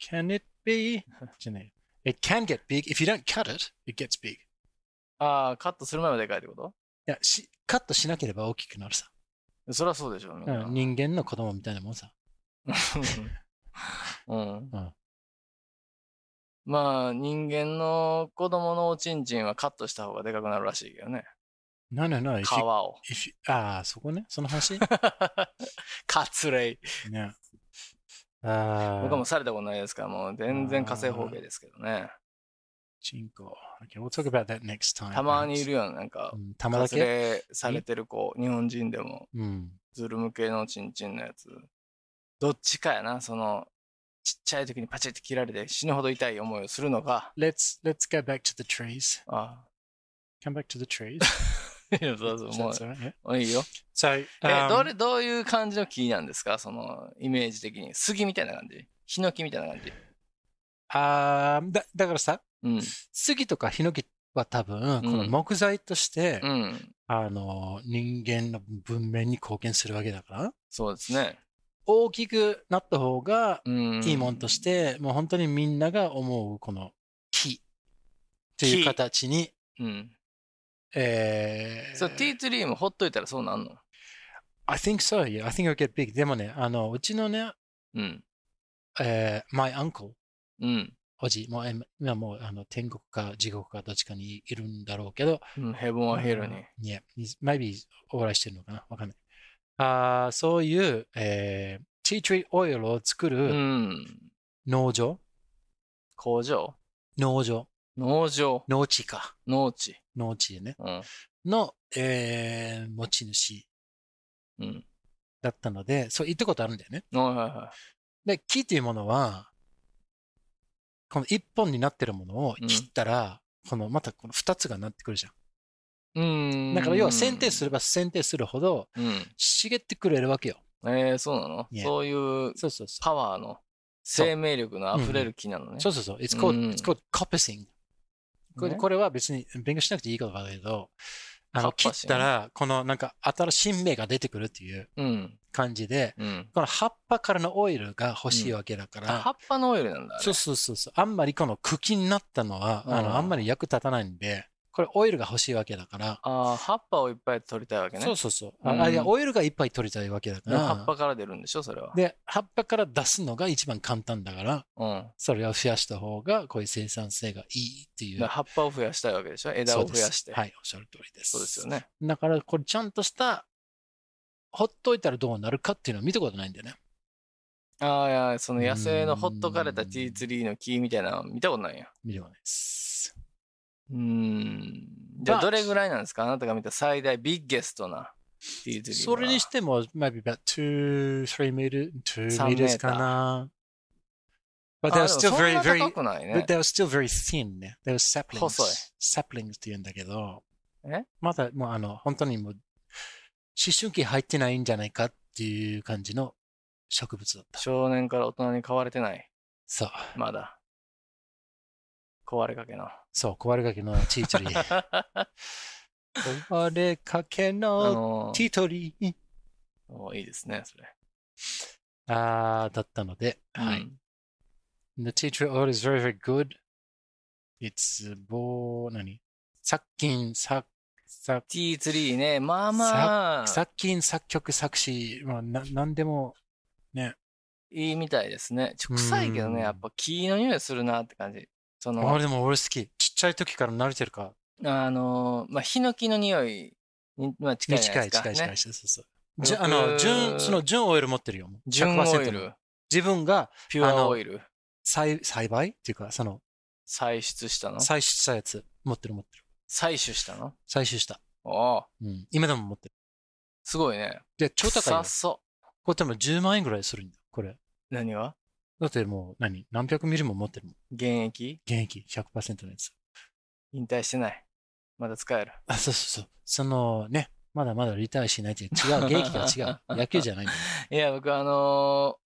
[SPEAKER 6] Can it <laughs> be? Janine. It can get big. If you don't cut it, it gets big.
[SPEAKER 7] ああ、カットする前はでかいってこと
[SPEAKER 6] いやしカットしなければ大きくなるさ。
[SPEAKER 7] そりゃそうでしょ、みんな。
[SPEAKER 6] うん人間の子供みたいなもんさ。
[SPEAKER 7] うん
[SPEAKER 6] うん
[SPEAKER 7] まあ、人間の子供のおちんちんはカットした方がでかくなるらしいけどね。
[SPEAKER 6] No, no, no. If
[SPEAKER 7] 皮
[SPEAKER 6] you,
[SPEAKER 7] を。 <laughs>
[SPEAKER 6] if you, ああ、そこね。その話
[SPEAKER 7] カツレイ。
[SPEAKER 6] ね。ああ。
[SPEAKER 7] 僕はもうされたことないですから、もう全然火星方形ですけどね。
[SPEAKER 6] チンコ。Okay, we'll talk about that next time.
[SPEAKER 7] たまにいる
[SPEAKER 6] perhaps.
[SPEAKER 7] よ、なんか
[SPEAKER 6] う。んたま
[SPEAKER 7] カ
[SPEAKER 6] だ
[SPEAKER 7] ツ
[SPEAKER 6] け。
[SPEAKER 7] レイされてる子、日本人でも、
[SPEAKER 6] うん。
[SPEAKER 7] ズル向けのおちんちんのやつ。どっちかやな、その、ちっちゃい時にパチッて切られて死ぬほど痛い思いをするのか。
[SPEAKER 6] Let's, let's go back to the trees.
[SPEAKER 7] あ
[SPEAKER 6] Come back to the trees.
[SPEAKER 7] いや <laughs> そうそう、も
[SPEAKER 6] That's all right, yeah.
[SPEAKER 7] う、いいよ。
[SPEAKER 6] So,
[SPEAKER 7] え、
[SPEAKER 6] um,
[SPEAKER 7] どれ、どういう感じの木なんですかその、イメージ的に。杉みたいな感じヒノキみたいな感じ
[SPEAKER 6] あーだだからさ、
[SPEAKER 7] うん。
[SPEAKER 6] 杉とかヒノキは多分、この
[SPEAKER 7] うん
[SPEAKER 6] 木材として、
[SPEAKER 7] うん。
[SPEAKER 6] あの、人間の文明に貢献するわけだから、
[SPEAKER 7] そうですね。
[SPEAKER 6] 大きくなった方が
[SPEAKER 7] うん。
[SPEAKER 6] いいもんとして、もう本当にみんなが思う、この木っていう
[SPEAKER 7] 木
[SPEAKER 6] 形に、
[SPEAKER 7] うん。
[SPEAKER 6] えー
[SPEAKER 7] そう、T ツリーもほっといたらそうなんの
[SPEAKER 6] I think so, yeah. I think it'll get big. でもね、あの、うちのね、
[SPEAKER 7] うん。
[SPEAKER 6] えー my uncle、
[SPEAKER 7] うん。
[SPEAKER 6] おじ、もうえ今もうあの天国か地獄かどっちかにいるんだろうけど、
[SPEAKER 7] うん、ヘブンはヘルに。
[SPEAKER 6] いや、he's- maybe お笑いしてるのかなわかんない。あーそういう、えー、ティートリーオイルを作
[SPEAKER 7] う
[SPEAKER 6] る
[SPEAKER 7] ん。
[SPEAKER 6] 農場、
[SPEAKER 7] 工場
[SPEAKER 6] 農場、
[SPEAKER 7] 農場
[SPEAKER 6] 農地か、
[SPEAKER 7] 農地。
[SPEAKER 6] 農地ね、
[SPEAKER 7] うん。
[SPEAKER 6] の、えー持ち主
[SPEAKER 7] うん。
[SPEAKER 6] だったので、そう言ったことあるんだよね。
[SPEAKER 7] はいはいは
[SPEAKER 6] で、木というものは、この一本になってるものを
[SPEAKER 7] うん
[SPEAKER 6] 切ったら、このまたこの二つがなってくるじゃ
[SPEAKER 7] い。うん。
[SPEAKER 6] ん。だから要は剪定すれば剪定するほど
[SPEAKER 7] うん。
[SPEAKER 6] 茂ってくれるわけよ。
[SPEAKER 7] えー、そうなの
[SPEAKER 6] Yeah
[SPEAKER 7] そういう
[SPEAKER 6] そうそうそう。
[SPEAKER 7] パワーの生命力の溢れる木なのね。
[SPEAKER 6] そうそうそう。It's called,、
[SPEAKER 7] うん
[SPEAKER 6] it's called coppicing. これ,、
[SPEAKER 7] ね
[SPEAKER 6] これは別に勉強しなくていいことだけど、あの切
[SPEAKER 7] coppicing
[SPEAKER 6] ったら、このなんか新しい新芽が出てくるっていう
[SPEAKER 7] うん。
[SPEAKER 6] 感じで、
[SPEAKER 7] うん。
[SPEAKER 6] この葉っぱからのオイルが欲しいわけだか
[SPEAKER 7] あ
[SPEAKER 6] ら、
[SPEAKER 7] 葉っぱのオイルなんだ。あれ
[SPEAKER 6] そうそうそうそう。あんまりこの茎になったのは、あ
[SPEAKER 7] うん
[SPEAKER 6] のあんまり役立たないんで、これオイルが欲しいわけだから、
[SPEAKER 7] ああ、葉っぱをいっぱい取りたいわけね。
[SPEAKER 6] そうそうそう。
[SPEAKER 7] うん
[SPEAKER 6] あいや、オイルがいっぱい取りたいわけだか
[SPEAKER 7] で
[SPEAKER 6] ら、
[SPEAKER 7] 葉っぱから出るんでしょ、それは。
[SPEAKER 6] で、葉っぱから出すのが一番簡単だから、
[SPEAKER 7] うん。
[SPEAKER 6] それを増やした方が、こういう生産性がいいってい
[SPEAKER 7] だ
[SPEAKER 6] う。
[SPEAKER 7] から葉っぱを増やしたいわけでしょ、枝を
[SPEAKER 6] そう
[SPEAKER 7] 増
[SPEAKER 6] です
[SPEAKER 7] やして。
[SPEAKER 6] はい、おっしゃる通りです。
[SPEAKER 7] そうですよね。
[SPEAKER 6] だから、これちゃんとした、ほっといたらどうなるかっていうのを見たことないんだよね。
[SPEAKER 7] ああ、いや、その野生のほっとかれたティーツリーの木みたいなの見たことないや。
[SPEAKER 6] 見たことないです。
[SPEAKER 7] うーん。じゃあ、
[SPEAKER 6] But-
[SPEAKER 7] どれぐらいなんですかあなたが見た最大ビッゲストなティーツリー
[SPEAKER 6] それにしてても、maybe about two, three meters, two
[SPEAKER 7] 3メーター
[SPEAKER 6] meters かな。But they
[SPEAKER 7] あ
[SPEAKER 6] were
[SPEAKER 7] でも
[SPEAKER 6] still
[SPEAKER 7] そん
[SPEAKER 6] very,
[SPEAKER 7] な
[SPEAKER 6] very,
[SPEAKER 7] 高くない
[SPEAKER 6] But
[SPEAKER 7] ね。
[SPEAKER 6] they were still very thin ね。They were saplings.
[SPEAKER 7] 細い
[SPEAKER 6] saplings って言うんだけど、
[SPEAKER 7] え
[SPEAKER 6] まだもうあの、本当にもう、思春期入ってないんじゃないかっていう感じの植物だった。
[SPEAKER 7] 少年から大人に買われてない。
[SPEAKER 6] そう。<laughs>
[SPEAKER 7] まだ。壊れかけの。
[SPEAKER 6] そう、壊れかけのチートリ
[SPEAKER 7] <laughs>
[SPEAKER 6] ー。壊れかけ
[SPEAKER 7] あ
[SPEAKER 6] の
[SPEAKER 7] の
[SPEAKER 6] チートリー。
[SPEAKER 7] おいいですね、それ。
[SPEAKER 6] あーだったので、は
[SPEAKER 7] う
[SPEAKER 6] い。
[SPEAKER 7] ん
[SPEAKER 6] The tea tree oil is very, very good. It's, ぼー、何殺菌、殺、殺
[SPEAKER 7] ティーツリーね、まあまあ、
[SPEAKER 6] 作品、作曲、作詞、まあ、な何でも、
[SPEAKER 7] いいみたいですね。ちょ臭いけど
[SPEAKER 6] うん
[SPEAKER 7] ね、やっぱ木の匂いするなって感じ。その、
[SPEAKER 6] 俺でも俺好き。ちっちゃい時から慣れてるか。
[SPEAKER 7] あのー、まあ、ヒノキの匂いに、まあ、近いじゃな
[SPEAKER 6] 近
[SPEAKER 7] い
[SPEAKER 6] い、
[SPEAKER 7] です
[SPEAKER 6] 近い、近
[SPEAKER 7] か。ね
[SPEAKER 6] い、。そうそうそう。じゃあの、純、その純オイル持ってるよ。もう
[SPEAKER 7] 純オイ
[SPEAKER 6] 100%の
[SPEAKER 7] ル、
[SPEAKER 6] 自分が
[SPEAKER 7] ピュ
[SPEAKER 6] あ
[SPEAKER 7] ア
[SPEAKER 6] の
[SPEAKER 7] オイル、
[SPEAKER 6] 栽栽培っていうか、その、
[SPEAKER 7] 採出したの
[SPEAKER 6] 採取したやつ。持ってる持ってる。
[SPEAKER 7] 採取したの
[SPEAKER 6] 採取した。
[SPEAKER 7] おお、
[SPEAKER 6] うん。今でも持ってる。
[SPEAKER 7] すごいね。
[SPEAKER 6] で、超高いよ
[SPEAKER 7] 臭。そ
[SPEAKER 6] これ多分10万円ぐらいするんだよ、これ。
[SPEAKER 7] う。何が
[SPEAKER 6] だってもう何、何百ミリも持ってるもん。
[SPEAKER 7] 現役
[SPEAKER 6] 現役100%のやつ。
[SPEAKER 7] 引退してない。まだ使える。
[SPEAKER 6] あ、そうそうそう。そのね、まだまだリタイアしないって違う、現役が <laughs> 違う。野球じゃないんだよ。
[SPEAKER 7] いや、僕、あのー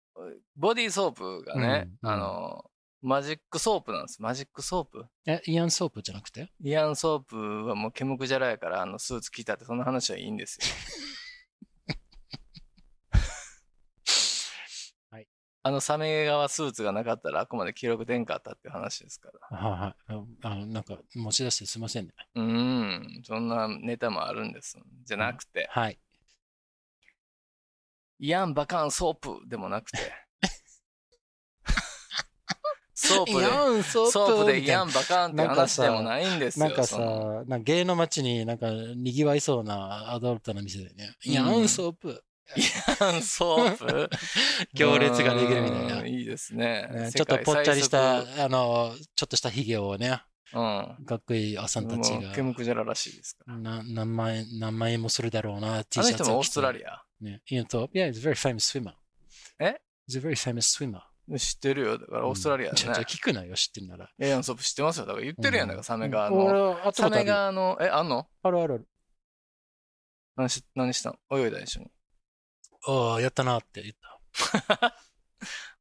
[SPEAKER 7] ボディーソープがね、
[SPEAKER 6] うん
[SPEAKER 7] あのーマジックソープなんです。マジックソープ
[SPEAKER 6] え、イアンソープじゃなくて
[SPEAKER 7] イアン・ソープはもう煙くじゃらやから、あのスーツ着たって、そんな話はいいんですよ。
[SPEAKER 6] <laughs> はい
[SPEAKER 7] あのサメ側スーツがなかったら、あくまで記録出んかったっていう話ですから。
[SPEAKER 6] はいはい。あの、なんか持ち出してすいませんね。
[SPEAKER 7] うーん、そんなネタもあるんです。じゃなくて、
[SPEAKER 6] はい。
[SPEAKER 7] イアン・バカン・ソープでも
[SPEAKER 6] <laughs>
[SPEAKER 7] なくて、ソープで、
[SPEAKER 6] ンソ
[SPEAKER 7] ソープでイア
[SPEAKER 6] み
[SPEAKER 7] ン・バカンって話でもないんです
[SPEAKER 6] たい
[SPEAKER 7] よ。
[SPEAKER 6] ななんか
[SPEAKER 7] その
[SPEAKER 6] さ、なんか芸の街になんか賑わいそうなアダルトな店でね。
[SPEAKER 7] うん
[SPEAKER 6] イアンソープ。
[SPEAKER 7] 乾燥プ
[SPEAKER 6] 行列ができるみたいな
[SPEAKER 7] うーんいいですね。
[SPEAKER 6] ねちょ
[SPEAKER 7] 世
[SPEAKER 6] っと
[SPEAKER 7] 界
[SPEAKER 6] ぽっちゃりし
[SPEAKER 7] 最
[SPEAKER 6] た、あの、ちょっとしたヒゲをね、
[SPEAKER 7] 速うん。
[SPEAKER 6] かっこいいおっさんたち
[SPEAKER 7] もうケム
[SPEAKER 6] が。
[SPEAKER 7] クジャラらしいですから。
[SPEAKER 6] な何万円、何万円もするだろうな、T
[SPEAKER 7] あの
[SPEAKER 6] シャツ
[SPEAKER 7] 人もオーストラリア。
[SPEAKER 6] ア。ね、イアンと、Yeah, he's a very famous swimmer.
[SPEAKER 7] え
[SPEAKER 6] ?He's a very famous swimmer.
[SPEAKER 7] 知ってるよ。だからオーストラリア
[SPEAKER 6] うん
[SPEAKER 7] だ
[SPEAKER 6] ちょちょ
[SPEAKER 7] ね。
[SPEAKER 6] 聞くなよ、知ってんなら。
[SPEAKER 7] エアンソープ知ってますよ。だから言ってるやん。だからサメがあ
[SPEAKER 6] うん俺
[SPEAKER 7] の。
[SPEAKER 6] は会った
[SPEAKER 7] サ
[SPEAKER 6] ことあ
[SPEAKER 7] メ
[SPEAKER 6] るよ
[SPEAKER 7] があの、え、あんの
[SPEAKER 6] あるあるある。
[SPEAKER 7] 何し何したの泳いだ一緒に。
[SPEAKER 6] ああ、やったなって言った。
[SPEAKER 7] あ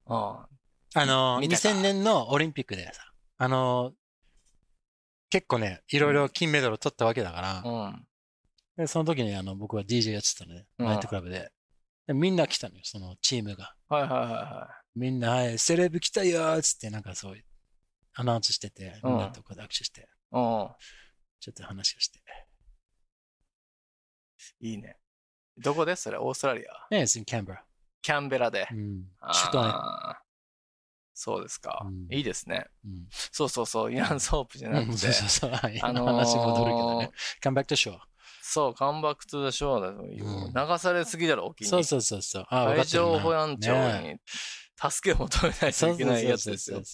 [SPEAKER 7] あ。
[SPEAKER 6] あの、
[SPEAKER 7] 見たか
[SPEAKER 6] 2000年のオリンピックでさ、あの、結構ね、いろいろ金メダルを取ったわけだから、
[SPEAKER 7] うん。
[SPEAKER 6] でその時にあの僕は DJ やってたのね、
[SPEAKER 7] うん
[SPEAKER 6] ナイトクラブで。でみんな来たのよ、そのチームが。
[SPEAKER 7] はいはいはいは
[SPEAKER 6] みんな、はい、セレブ来たよーっつって、なんかそう、アナウンスしてて、
[SPEAKER 7] うん
[SPEAKER 6] みんなとこで握手して、
[SPEAKER 7] い。
[SPEAKER 6] ちょっと話をして。
[SPEAKER 7] うん。いいね。どこでそれオーストラリア
[SPEAKER 6] ね、It's in Canberra。
[SPEAKER 7] キャンベラで
[SPEAKER 6] う。ん。首都ね。
[SPEAKER 7] ああ。そうですか
[SPEAKER 6] う。ん
[SPEAKER 7] いいですね。
[SPEAKER 6] うん
[SPEAKER 7] そうそうそう、イアンソープじゃ <laughs> なく
[SPEAKER 6] うん
[SPEAKER 7] て
[SPEAKER 6] そう。そうそう。はい。
[SPEAKER 7] あのー
[SPEAKER 6] 話戻るけどね。Come back to shore.
[SPEAKER 7] そう、カムバックトゥザショーだと、流されすぎだろ、沖に。
[SPEAKER 6] そうそうそうそう。あー、わか
[SPEAKER 7] 海
[SPEAKER 6] ってる
[SPEAKER 7] 上
[SPEAKER 6] な
[SPEAKER 7] 保安庁
[SPEAKER 6] ね
[SPEAKER 7] に助けを求めないといけないやつです
[SPEAKER 6] そう
[SPEAKER 7] よ。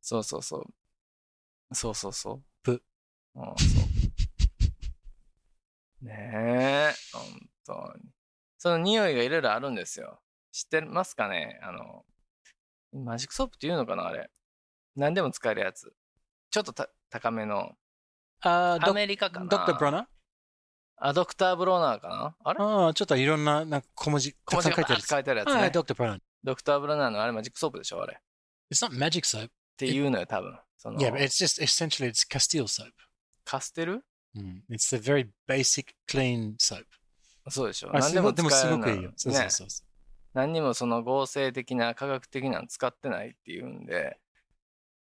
[SPEAKER 6] そうそうそう。
[SPEAKER 7] そうそうそう。そうそうそう。
[SPEAKER 6] ぷ。
[SPEAKER 7] うん、そう。ねえ、本当に。その匂いがいろいろあるんですよ。知ってますかねあの、マジックソープっていうのかなあれ。何でも使えるやつ。ちょっとた高めの。
[SPEAKER 6] あ
[SPEAKER 7] アメリカかな
[SPEAKER 6] ドクター・ブロナー
[SPEAKER 7] あ、ドクター・ブローナーかなあれ
[SPEAKER 6] ああ、ちょっといろんな、なんか小文字、た
[SPEAKER 7] こ
[SPEAKER 6] くさん書いてあるやつ。
[SPEAKER 7] 書いてあるやつね。
[SPEAKER 6] はい、ドクター・ブロナー。
[SPEAKER 7] ドクター・ブラナーのあれマジックソープでしょあれ。っ
[SPEAKER 6] It's not magic soap.
[SPEAKER 7] ていうのよ、多分。その
[SPEAKER 6] Yeah, but it's just essentially it's Castile soap. Mm.
[SPEAKER 7] カステル
[SPEAKER 6] It's a very basic, clean soap.
[SPEAKER 7] そうでしょ。
[SPEAKER 6] あ
[SPEAKER 7] 何でも
[SPEAKER 6] すごいで
[SPEAKER 7] 使える
[SPEAKER 6] もすご
[SPEAKER 7] の
[SPEAKER 6] くいいよ。そうそうそうそ
[SPEAKER 7] 何にもその合成的な科学的なの使ってないっていうんで、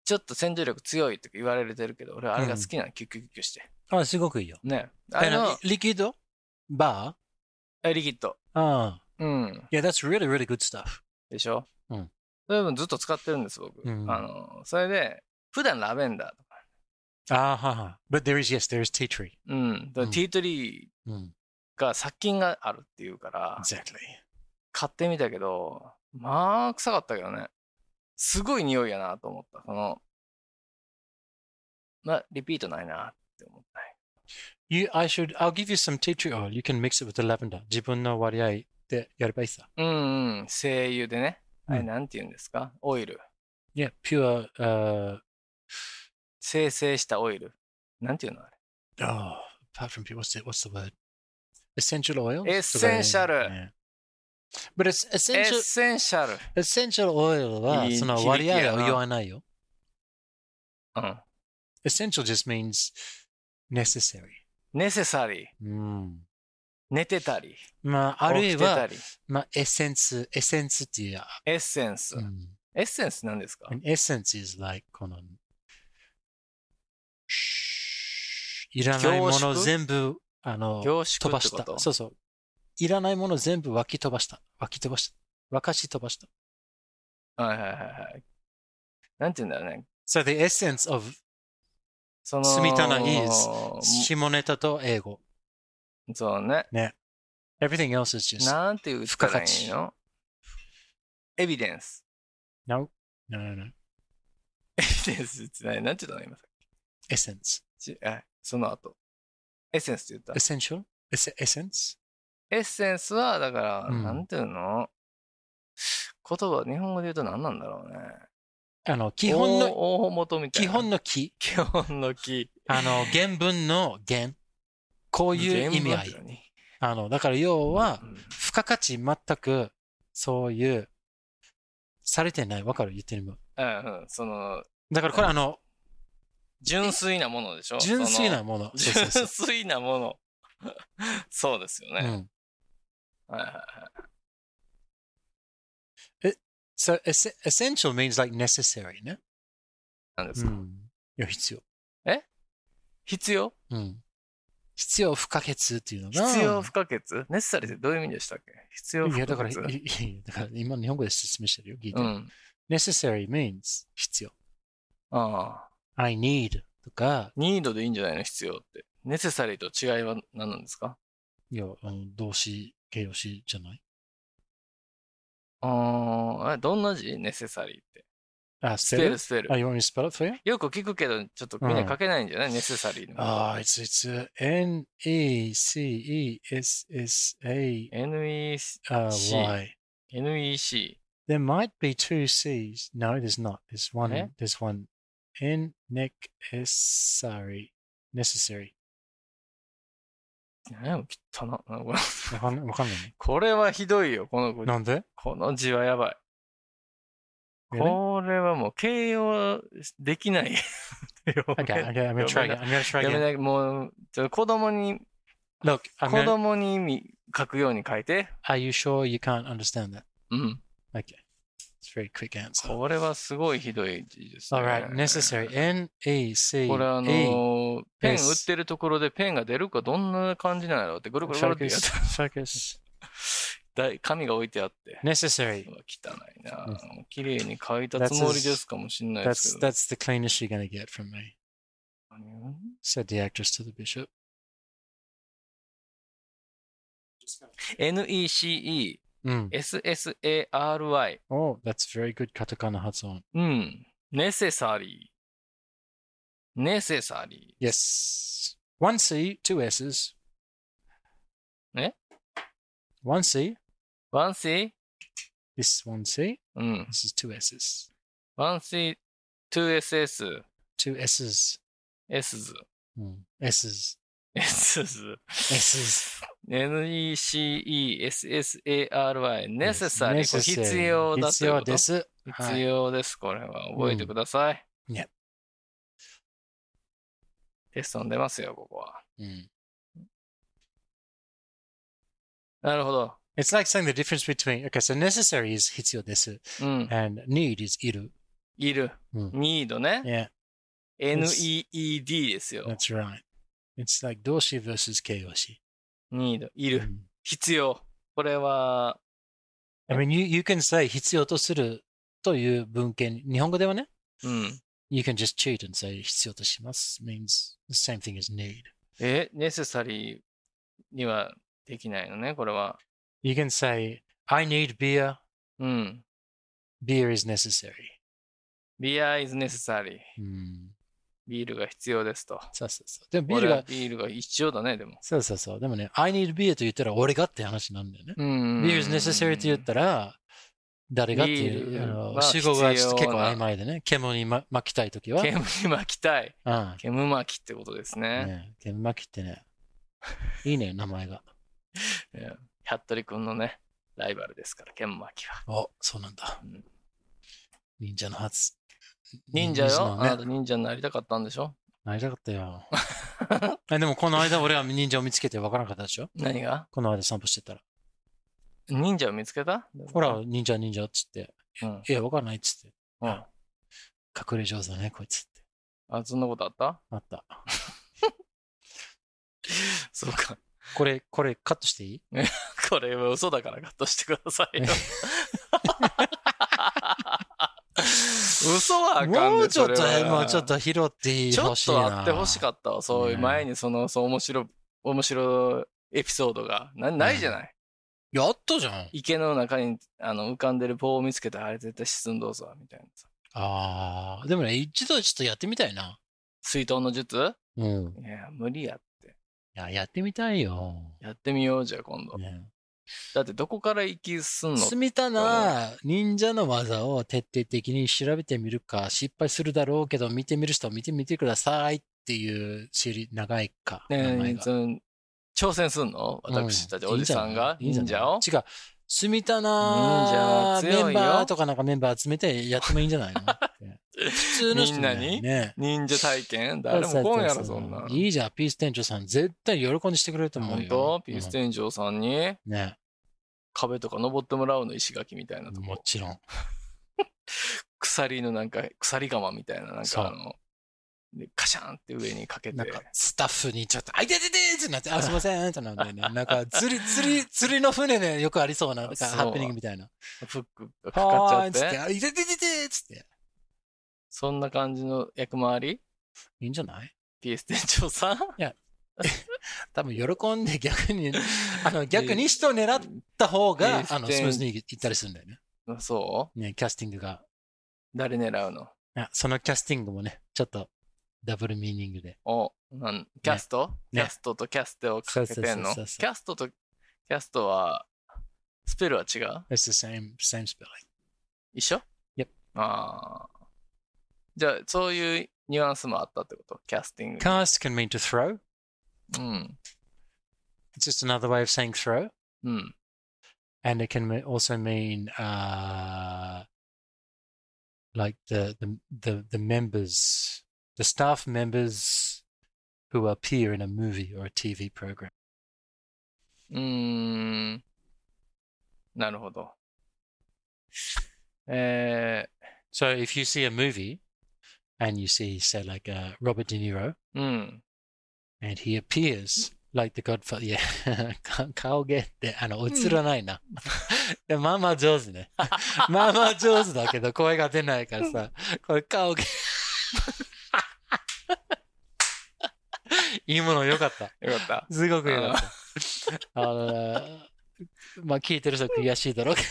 [SPEAKER 7] ちょっと洗浄力強いとか言われてるけど、俺はあれが好きなの、キュッキュッキュッキュッして。
[SPEAKER 6] う。あ、すごくいいよ。
[SPEAKER 7] ね。あ
[SPEAKER 6] あの
[SPEAKER 7] の、
[SPEAKER 6] リキッドバ
[SPEAKER 7] えリキッド。
[SPEAKER 6] ーああ。
[SPEAKER 7] うん。
[SPEAKER 6] Yeah, that's really, really good stuff.
[SPEAKER 7] でしょ
[SPEAKER 6] うん。
[SPEAKER 7] それもずっと使ってるんです、僕。
[SPEAKER 6] うん
[SPEAKER 7] あの、それで、普段ラベンダーとか。
[SPEAKER 6] ああ、はは。But there is, yes, there is tea tree.
[SPEAKER 7] うん。だから
[SPEAKER 6] うん
[SPEAKER 7] ティートリ
[SPEAKER 6] うん。
[SPEAKER 7] ーが殺菌があるっていうから、
[SPEAKER 6] Exactly.
[SPEAKER 7] 買ってみたけど、まあ、臭かったけどね。すごい匂いやなと思った。その、まあ、リピートないなって思った。
[SPEAKER 6] You, I should, I'll give you some tea tree oil. You can mix it with the lavender. 自分の割合でやればいいさ。
[SPEAKER 7] うんうん。精油でね。あれ、
[SPEAKER 6] うん
[SPEAKER 7] なんて言うんですかオイル。
[SPEAKER 6] Yeah, pure, uh,
[SPEAKER 7] 生成したオイル。なんていうのあ
[SPEAKER 6] oh, apart from pure, what's the, what's the word? Essential oils?
[SPEAKER 7] Essential.
[SPEAKER 6] Yeah. But it's
[SPEAKER 7] れエ
[SPEAKER 6] essential,
[SPEAKER 7] ッセンシャル。
[SPEAKER 6] essential oil ah, はい
[SPEAKER 7] い
[SPEAKER 6] その
[SPEAKER 7] 響き
[SPEAKER 6] 割合
[SPEAKER 7] や
[SPEAKER 6] を
[SPEAKER 7] な
[SPEAKER 6] 言わないよ。
[SPEAKER 7] うん。
[SPEAKER 6] essential just means necessary.
[SPEAKER 7] ネセサリー。
[SPEAKER 6] うん。
[SPEAKER 7] 寝てたり。
[SPEAKER 6] まあ、あるい
[SPEAKER 7] 起きてた
[SPEAKER 6] は、
[SPEAKER 7] り。
[SPEAKER 6] まあ、エッセンス、エッセンスっていう、
[SPEAKER 7] エッセンス。
[SPEAKER 6] うん、
[SPEAKER 7] エッセンスなんですか
[SPEAKER 6] An essence is like この、シーいらないもの全部、あの、
[SPEAKER 7] 凝
[SPEAKER 6] 飛
[SPEAKER 7] 縮
[SPEAKER 6] ば
[SPEAKER 7] って
[SPEAKER 6] し
[SPEAKER 7] こ
[SPEAKER 6] た
[SPEAKER 7] と。。
[SPEAKER 6] そうそう。いらないもの全部湧き飛ばした。湧き飛ばした。沸かし飛ばした。
[SPEAKER 7] はいはいはいはい。なんていうんだろうね。
[SPEAKER 6] So the essence of
[SPEAKER 7] その、
[SPEAKER 6] 住みたない
[SPEAKER 7] も
[SPEAKER 6] 下ネタと英語。
[SPEAKER 7] そうね。
[SPEAKER 6] Everything else is just
[SPEAKER 7] なんて言ったらいいのエビデンス。
[SPEAKER 6] no, no, no, no.
[SPEAKER 7] エビデンスって何なんて言ったの今さっ
[SPEAKER 6] essence.
[SPEAKER 7] き。あその後。エッセンスって言った。
[SPEAKER 6] essential? Esse- essence?
[SPEAKER 7] エッセンスは、だから、
[SPEAKER 6] うん
[SPEAKER 7] なんていうの言葉、日本語で言うと何なんだろうね。
[SPEAKER 6] あの、基本の、
[SPEAKER 7] 大大元みたい
[SPEAKER 6] 基
[SPEAKER 7] な。
[SPEAKER 6] 本の木。
[SPEAKER 7] 基本の木。
[SPEAKER 6] あの、原文の原。こういう意味合
[SPEAKER 7] 全部
[SPEAKER 6] い。
[SPEAKER 7] の木
[SPEAKER 6] あの、だから要は
[SPEAKER 7] う、ん
[SPEAKER 6] 付加価値全く、そういう、されてない。わかる言ってるの。
[SPEAKER 7] うん、うんその、
[SPEAKER 6] だからこれあの、
[SPEAKER 7] 純粋なものでしょ
[SPEAKER 6] 純粋
[SPEAKER 7] そ
[SPEAKER 6] な
[SPEAKER 7] の
[SPEAKER 6] もの。そうそうそう
[SPEAKER 7] 純粋なもの。 <laughs> そうですよ
[SPEAKER 6] う
[SPEAKER 7] ね。
[SPEAKER 6] ん。
[SPEAKER 7] はいはいはい
[SPEAKER 6] So, es- essential means like necessary ね。
[SPEAKER 7] なんで
[SPEAKER 6] う
[SPEAKER 7] すか
[SPEAKER 6] ん。いや、必要。
[SPEAKER 7] 必要
[SPEAKER 6] うん。必要不可欠っていうのが。
[SPEAKER 7] 必要不可欠ネッサリーってどういう意味でしたっけ必要不
[SPEAKER 6] い
[SPEAKER 7] 可欠
[SPEAKER 6] や、だから、いいいだから今日本語で説明してるよ。聞いて
[SPEAKER 7] う
[SPEAKER 6] る、
[SPEAKER 7] ん。
[SPEAKER 6] necessary means 必要。
[SPEAKER 7] ああ。
[SPEAKER 6] I need とか、
[SPEAKER 7] ニードでいいんじゃないの必要って。ネセサリーと違いは何なんですか
[SPEAKER 6] いや、あの動詞、形容詞じゃない。
[SPEAKER 7] ああ、えどんな字ネセサリーって。
[SPEAKER 6] あ、
[SPEAKER 7] スペル、スペル
[SPEAKER 6] あ、。you want me to spell it for you?
[SPEAKER 7] よく聞くけど、ちょっとみんな書けないんじゃないネセサリーの。
[SPEAKER 6] ああ、it's, E it's uh, N-E-C-E-S-S-A-Y.
[SPEAKER 7] NEC。NEC。
[SPEAKER 6] uh, There might be two C's. No, there's not. There's one.
[SPEAKER 7] Eh?
[SPEAKER 6] There's one. N neck S sorry. Necessary.
[SPEAKER 7] えもう汚な。なんかこれ
[SPEAKER 6] わかんわかんないね。
[SPEAKER 7] これはひどいよ、この
[SPEAKER 6] なんで
[SPEAKER 7] この字はやばい。
[SPEAKER 6] really?
[SPEAKER 7] これはもう形容できない。
[SPEAKER 6] Okay, okay, I'm gonna try again. I'm gonna try
[SPEAKER 7] やめ
[SPEAKER 6] again.
[SPEAKER 7] なもう、ちょっと子供に、
[SPEAKER 6] Look, I'm
[SPEAKER 7] 子
[SPEAKER 6] gonna,
[SPEAKER 7] 供に意味書くように書いて。
[SPEAKER 6] are you sure you can't understand that?
[SPEAKER 7] うん。
[SPEAKER 6] Okay. It's a very quick answer.
[SPEAKER 7] これはすごいひどい字です、ね。
[SPEAKER 6] All right, necessary. N E C
[SPEAKER 7] これあの
[SPEAKER 6] E.
[SPEAKER 7] ーペン売
[SPEAKER 6] S
[SPEAKER 7] ってるところでペンが出るかどんな感じなんやろうってぐるぐるぐるってやっ
[SPEAKER 6] Focus. Focus.
[SPEAKER 7] て <laughs> だい紙が置いてあって。う <laughs>
[SPEAKER 6] Necessary.
[SPEAKER 7] わ汚いな
[SPEAKER 6] うん
[SPEAKER 7] ぁ。綺麗に書いたつもりですかもしんないで
[SPEAKER 6] That's
[SPEAKER 7] すけど。
[SPEAKER 6] that's the cleanest you're gonna get from me.
[SPEAKER 7] 何
[SPEAKER 6] Said the actress to the bishop.
[SPEAKER 7] ?NECE、
[SPEAKER 6] Mm.
[SPEAKER 7] SSARY。
[SPEAKER 6] Oh, that's very good katakana hatsun.
[SPEAKER 7] うん。necessary。necessary。
[SPEAKER 6] Yes. One C, two S's.
[SPEAKER 7] Eh?
[SPEAKER 6] One C.
[SPEAKER 7] one C?
[SPEAKER 6] This is one C.
[SPEAKER 7] うん。
[SPEAKER 6] This is two S's.
[SPEAKER 7] one C, two SS,
[SPEAKER 6] Two S's.
[SPEAKER 7] S's,
[SPEAKER 6] Mm. S's.
[SPEAKER 7] S's,
[SPEAKER 6] S's.
[SPEAKER 7] necessary, necessary. これ
[SPEAKER 6] Necessary.
[SPEAKER 7] 必要だというこ
[SPEAKER 6] 必
[SPEAKER 7] と。
[SPEAKER 6] 要です。
[SPEAKER 7] 必要です。これは覚えてください。
[SPEAKER 6] うんね
[SPEAKER 7] テストに出ますよ、ここは。
[SPEAKER 6] はい。うん。
[SPEAKER 7] なるほど。
[SPEAKER 6] It's like saying the difference between, okay, so necessary is 必要です
[SPEAKER 7] うん。
[SPEAKER 6] and need is いる。
[SPEAKER 7] いる。
[SPEAKER 6] うん
[SPEAKER 7] need ね。
[SPEAKER 6] Yeah,
[SPEAKER 7] need ですよ。
[SPEAKER 6] that's right. It's like 動詞 versus Hmm. 形容詞。
[SPEAKER 7] need, いる、必要。これは、
[SPEAKER 6] I mean, you, you can say 必要とするという文献。日本語ではね、
[SPEAKER 7] うん。
[SPEAKER 6] you can just cheat and say 必要とします means the same thing as need.
[SPEAKER 7] え、necessary にはできないのね、これは。
[SPEAKER 6] You can say, I need beer.
[SPEAKER 7] うん。
[SPEAKER 6] Beer is necessary.
[SPEAKER 7] beer is necessary.
[SPEAKER 6] うん。
[SPEAKER 7] ビールが必要ですと。
[SPEAKER 6] そうそうそう。でもビー
[SPEAKER 7] ビー
[SPEAKER 6] ル
[SPEAKER 7] ル
[SPEAKER 6] が
[SPEAKER 7] が。、ビールが必要だね、でも。
[SPEAKER 6] そうそうそう。でもね、I need beer と言ったら俺がって話なんだよね。
[SPEAKER 7] うん。
[SPEAKER 6] beer is necessary って言ったら、誰がってい
[SPEAKER 7] ビ
[SPEAKER 6] う、
[SPEAKER 7] ー
[SPEAKER 6] あ
[SPEAKER 7] ル
[SPEAKER 6] の
[SPEAKER 7] は
[SPEAKER 6] 主語が結
[SPEAKER 7] 必要な
[SPEAKER 6] 構曖昧でね、煙に、ま、巻きたいときは、
[SPEAKER 7] 煙巻きたい。
[SPEAKER 6] うん
[SPEAKER 7] 煙巻きってことですね。
[SPEAKER 6] ね、煙巻きってね、いいね、名前が。
[SPEAKER 7] 服部君のね、ライバルですから、煙巻きは。
[SPEAKER 6] お、そうなんだ
[SPEAKER 7] うん。
[SPEAKER 6] 忍者の初。
[SPEAKER 7] 忍者よ。あな
[SPEAKER 6] の
[SPEAKER 7] た
[SPEAKER 6] ね
[SPEAKER 7] 忍者になりたかったんでしょ
[SPEAKER 6] なりたかった
[SPEAKER 7] <laughs>
[SPEAKER 6] よ。えでもこの間俺は忍者を見つけて分からなかったでしょ
[SPEAKER 7] 何が
[SPEAKER 6] この間散歩してたら。
[SPEAKER 7] 忍者を見つけた
[SPEAKER 6] ほら、、忍者忍者っつって。
[SPEAKER 7] うん。
[SPEAKER 6] いや、分からないっつって。
[SPEAKER 7] うん。
[SPEAKER 6] 隠れ上手だね、こいつって。
[SPEAKER 7] あ、そんなことあった <laughs>
[SPEAKER 6] あった。
[SPEAKER 7] そうか。
[SPEAKER 6] これ、これカットしていい
[SPEAKER 7] これは嘘だからカットしてくださいよ。嘘はあかんね
[SPEAKER 6] もうちょっ
[SPEAKER 7] そ
[SPEAKER 6] と、
[SPEAKER 7] れは
[SPEAKER 6] もうちょっと拾って
[SPEAKER 7] ちょ
[SPEAKER 6] ほ
[SPEAKER 7] っ
[SPEAKER 6] しい
[SPEAKER 7] と
[SPEAKER 6] な。
[SPEAKER 7] あってほしかったわ。そういう
[SPEAKER 6] ね
[SPEAKER 7] 前にその、そう面白い、面白いエピソードがなないじゃない、
[SPEAKER 6] やったじゃん。あ
[SPEAKER 7] 池の中にあの浮かんでる棒を見つけたらあれ絶対沈んどうぞ、みたいなさ。
[SPEAKER 6] あー、でもね、一度ちょっとやってみたいな。
[SPEAKER 7] 水筒の術
[SPEAKER 6] うん。
[SPEAKER 7] いや、無理やって。
[SPEAKER 6] いや、やってみたいよ。
[SPEAKER 7] やってみようじゃあ今度。
[SPEAKER 6] ね
[SPEAKER 7] だってどこから息すんの
[SPEAKER 6] 住みたな忍者の技を徹底的に調べてみるか、失敗するだろうけど、見てみる人は見てみてくださいっていうシリ長いか。名前
[SPEAKER 7] ねえ
[SPEAKER 6] が
[SPEAKER 7] その挑戦すんの私たち、おじさんが
[SPEAKER 6] いいじゃ
[SPEAKER 7] 忍
[SPEAKER 6] ない
[SPEAKER 7] 者を
[SPEAKER 6] 違う。住みた
[SPEAKER 7] 忍者
[SPEAKER 6] な
[SPEAKER 7] は強いよ
[SPEAKER 6] メンバーとかなんかメンバー集めてやってもいいんじゃない
[SPEAKER 7] <laughs>
[SPEAKER 6] のね普通の人だよ
[SPEAKER 7] みん
[SPEAKER 6] ね。
[SPEAKER 7] 忍者体験誰も来んやろ、そんな。
[SPEAKER 6] いいじゃん、ピース店長さん。絶対喜んでしてくれると思う
[SPEAKER 7] 本
[SPEAKER 6] よ。
[SPEAKER 7] 当ピース店長さんに
[SPEAKER 6] うんね。
[SPEAKER 7] 壁とか登ってもらうの、石垣みたいなと
[SPEAKER 6] も
[SPEAKER 7] こ。
[SPEAKER 6] ちろん。
[SPEAKER 7] 鎖のなんか、鎖釜みたいな、なん
[SPEAKER 6] そう
[SPEAKER 7] かあの、でカシャンって上にかけて
[SPEAKER 6] なん。か、スタッフにちょっと、あいてててってなって、あ、すいませんってなって <laughs> ね。なんか、釣り、釣り、釣りの船でよくありそうな、なんか
[SPEAKER 7] そう
[SPEAKER 6] ハプニングみたいな。
[SPEAKER 7] フックがかかっち
[SPEAKER 6] は
[SPEAKER 7] ゃ
[SPEAKER 6] ーい
[SPEAKER 7] っ
[SPEAKER 6] っつって、
[SPEAKER 7] て、
[SPEAKER 6] あ、いててててっつって。
[SPEAKER 7] そんな感じの役回り
[SPEAKER 6] いいんじゃない
[SPEAKER 7] ピース店長さん
[SPEAKER 6] 多分喜んで逆に、 <laughs> あ <laughs> の、逆に人を狙った方が、あの、スムーズにいったりするんだよね。
[SPEAKER 7] あそ
[SPEAKER 6] ね、キャスティングが。
[SPEAKER 7] う誰狙うの
[SPEAKER 6] あそのキャスティングもね、ちょっと、ダブルミーニングで。
[SPEAKER 7] おなんキャスト、
[SPEAKER 6] ね
[SPEAKER 7] キャストとキャステをかけてんの
[SPEAKER 6] そうそうそうそうそう
[SPEAKER 7] キャストとキャストはスペルは違う
[SPEAKER 6] It's the same, same spelling.
[SPEAKER 7] 一緒
[SPEAKER 6] Yep
[SPEAKER 7] あーじゃあそういうニュアンスもあったってことキャスティングに
[SPEAKER 6] Cast can mean to throw.
[SPEAKER 7] うん、
[SPEAKER 6] It's just another way of saying throw.
[SPEAKER 7] うん、
[SPEAKER 6] and it can me- also mean uh, like the, the the the members, the staff members who appear in a movie or a TV program.
[SPEAKER 7] うーんなるほどえ
[SPEAKER 6] So if you see a movie and you see, say, like uh, Robert De Niro,
[SPEAKER 7] ー、うん、
[SPEAKER 6] and he appears like the Godfather, yeah, <laughs> か顔芸ってあの映らないな。いやまあまあ上手
[SPEAKER 7] <laughs>
[SPEAKER 6] ね。まあまあ上手だけど声が出ないからさ、これ顔
[SPEAKER 7] <laughs>
[SPEAKER 6] 芸。いいものよかった。
[SPEAKER 7] よかった
[SPEAKER 6] すごくよかった。あのまあ聞いてる人悔しいだろうけど。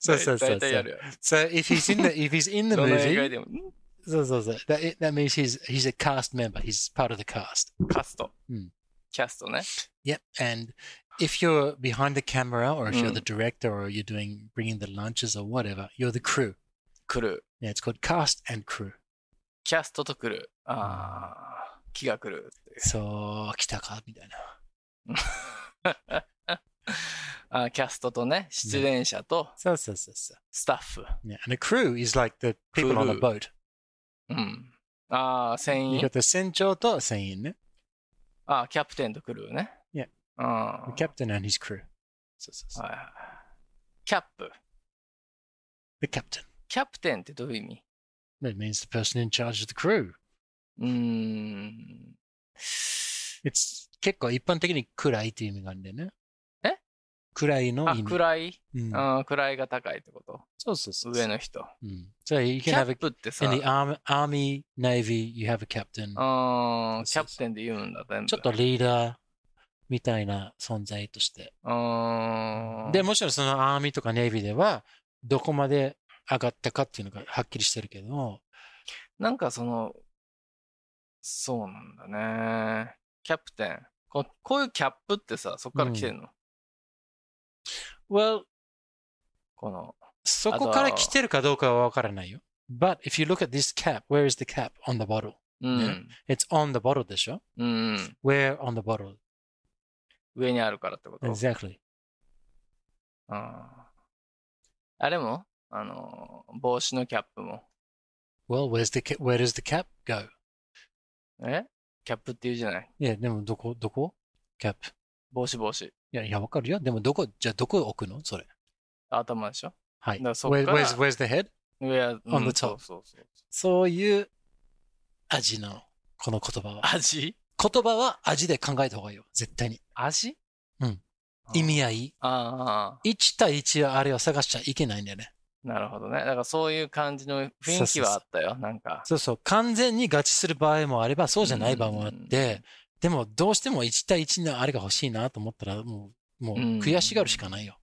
[SPEAKER 6] そうそうそう
[SPEAKER 7] <laughs> 大体やるよ
[SPEAKER 6] So if he's in the if he's in the
[SPEAKER 7] どの映
[SPEAKER 6] movie,
[SPEAKER 7] 画でもん
[SPEAKER 6] So, so, so. That, it- that means he's he's a cast member. He's part of the cast.
[SPEAKER 7] キャスト、
[SPEAKER 6] うん
[SPEAKER 7] キャストね
[SPEAKER 6] Yep. And if you're behind the camera, or if you're
[SPEAKER 7] Mm.
[SPEAKER 6] the director, or you're doing bringing the lunches or whatever, you're the crew.
[SPEAKER 7] 来る
[SPEAKER 6] Yeah, it's called cast and crew.
[SPEAKER 7] キャストと来る。ああ、気が来るっていう <laughs>
[SPEAKER 6] So 来たかみたいな。
[SPEAKER 7] あーキャストとね、出演者と
[SPEAKER 6] So so so so.
[SPEAKER 7] スタッフ。
[SPEAKER 6] Yeah, and a crew is like the people on a
[SPEAKER 7] Crew. Mm-hmm.
[SPEAKER 6] boat.
[SPEAKER 7] うん。ああ、船
[SPEAKER 6] You
[SPEAKER 7] 員
[SPEAKER 6] got。the 船長と船員ね。
[SPEAKER 7] ああ、キャプテンとクルーね。
[SPEAKER 6] Yeah.
[SPEAKER 7] あ
[SPEAKER 6] The
[SPEAKER 7] あ。
[SPEAKER 6] captain and his crew. So, so, so.
[SPEAKER 7] はいはいはいキャップ。
[SPEAKER 6] The captain.
[SPEAKER 7] キャプテンってどういう意味
[SPEAKER 6] That means the person in charge of the crew.
[SPEAKER 7] うーん。
[SPEAKER 6] It's 結構一般的に暗いっていう意味があるんだよね。Eh?
[SPEAKER 7] え
[SPEAKER 6] 暗いの
[SPEAKER 7] あ
[SPEAKER 6] 意、味。
[SPEAKER 7] 位
[SPEAKER 6] うん
[SPEAKER 7] あー位が高いってこと
[SPEAKER 6] そうそうそう。
[SPEAKER 7] 上の人。
[SPEAKER 6] うん。So you
[SPEAKER 7] キ
[SPEAKER 6] can
[SPEAKER 7] ャ
[SPEAKER 6] have
[SPEAKER 7] ッ
[SPEAKER 6] a,
[SPEAKER 7] プってさ、
[SPEAKER 6] in the army, army, navy, you have a captain.
[SPEAKER 7] あーキ
[SPEAKER 6] そうそうそ
[SPEAKER 7] ャ
[SPEAKER 6] う
[SPEAKER 7] プテンで言うんだ、全部。
[SPEAKER 6] ちょっとリーダーみたいな存在として。
[SPEAKER 7] あー
[SPEAKER 6] で、もちろんそのアーミーとかネイビーでは、どこまで上がったかっていうのがはっきりしてるけど、
[SPEAKER 7] なんかその、そうなんだね。キャプテン。ここういうキャップってさ、そこから来てるの、
[SPEAKER 6] well,
[SPEAKER 7] この、
[SPEAKER 6] そこから来てるかどうかはわからないよ。But if you look at this cap, where is the cap on the bottle?
[SPEAKER 7] うん、
[SPEAKER 6] ね It's on the bottle でしょ
[SPEAKER 7] うんうん。
[SPEAKER 6] ?Where on the bottle?
[SPEAKER 7] 上にあるからってこと。
[SPEAKER 6] Exactly.
[SPEAKER 7] あーあれもあの、帽子のキャップも。
[SPEAKER 6] Well, where's the cap? Where does the cap go?
[SPEAKER 7] えキャップって言うじゃない
[SPEAKER 6] いや、でもどこどこキャップ。
[SPEAKER 7] 帽子帽子。
[SPEAKER 6] いや、いや、わかるよ。でもどこじゃあどこ置くのそれ。
[SPEAKER 7] 頭でしょ
[SPEAKER 6] はい。
[SPEAKER 7] だからそっから
[SPEAKER 6] Where- where's, where's the head?
[SPEAKER 7] 上は、
[SPEAKER 6] On the
[SPEAKER 7] うん
[SPEAKER 6] top
[SPEAKER 7] そうそうそう。
[SPEAKER 6] そういう味なの。この言葉は。
[SPEAKER 7] 味
[SPEAKER 6] 言葉は味で考えた方がいいよ。絶対に。
[SPEAKER 7] 味
[SPEAKER 6] うん。
[SPEAKER 7] あー
[SPEAKER 6] 意。味合い。
[SPEAKER 7] あ
[SPEAKER 6] 1対1はあれを探しちゃいけないんだよね。
[SPEAKER 7] あ、なるほどね。だからそういう感じの雰囲気はあったよ。なんか。
[SPEAKER 6] そうそう。完全に合致する場合もあれば、そうじゃない場合もあって、でもどうしても1対1のあれが欲しいなと思ったら、もう、もう
[SPEAKER 7] うん
[SPEAKER 6] 悔しがるしかないよ。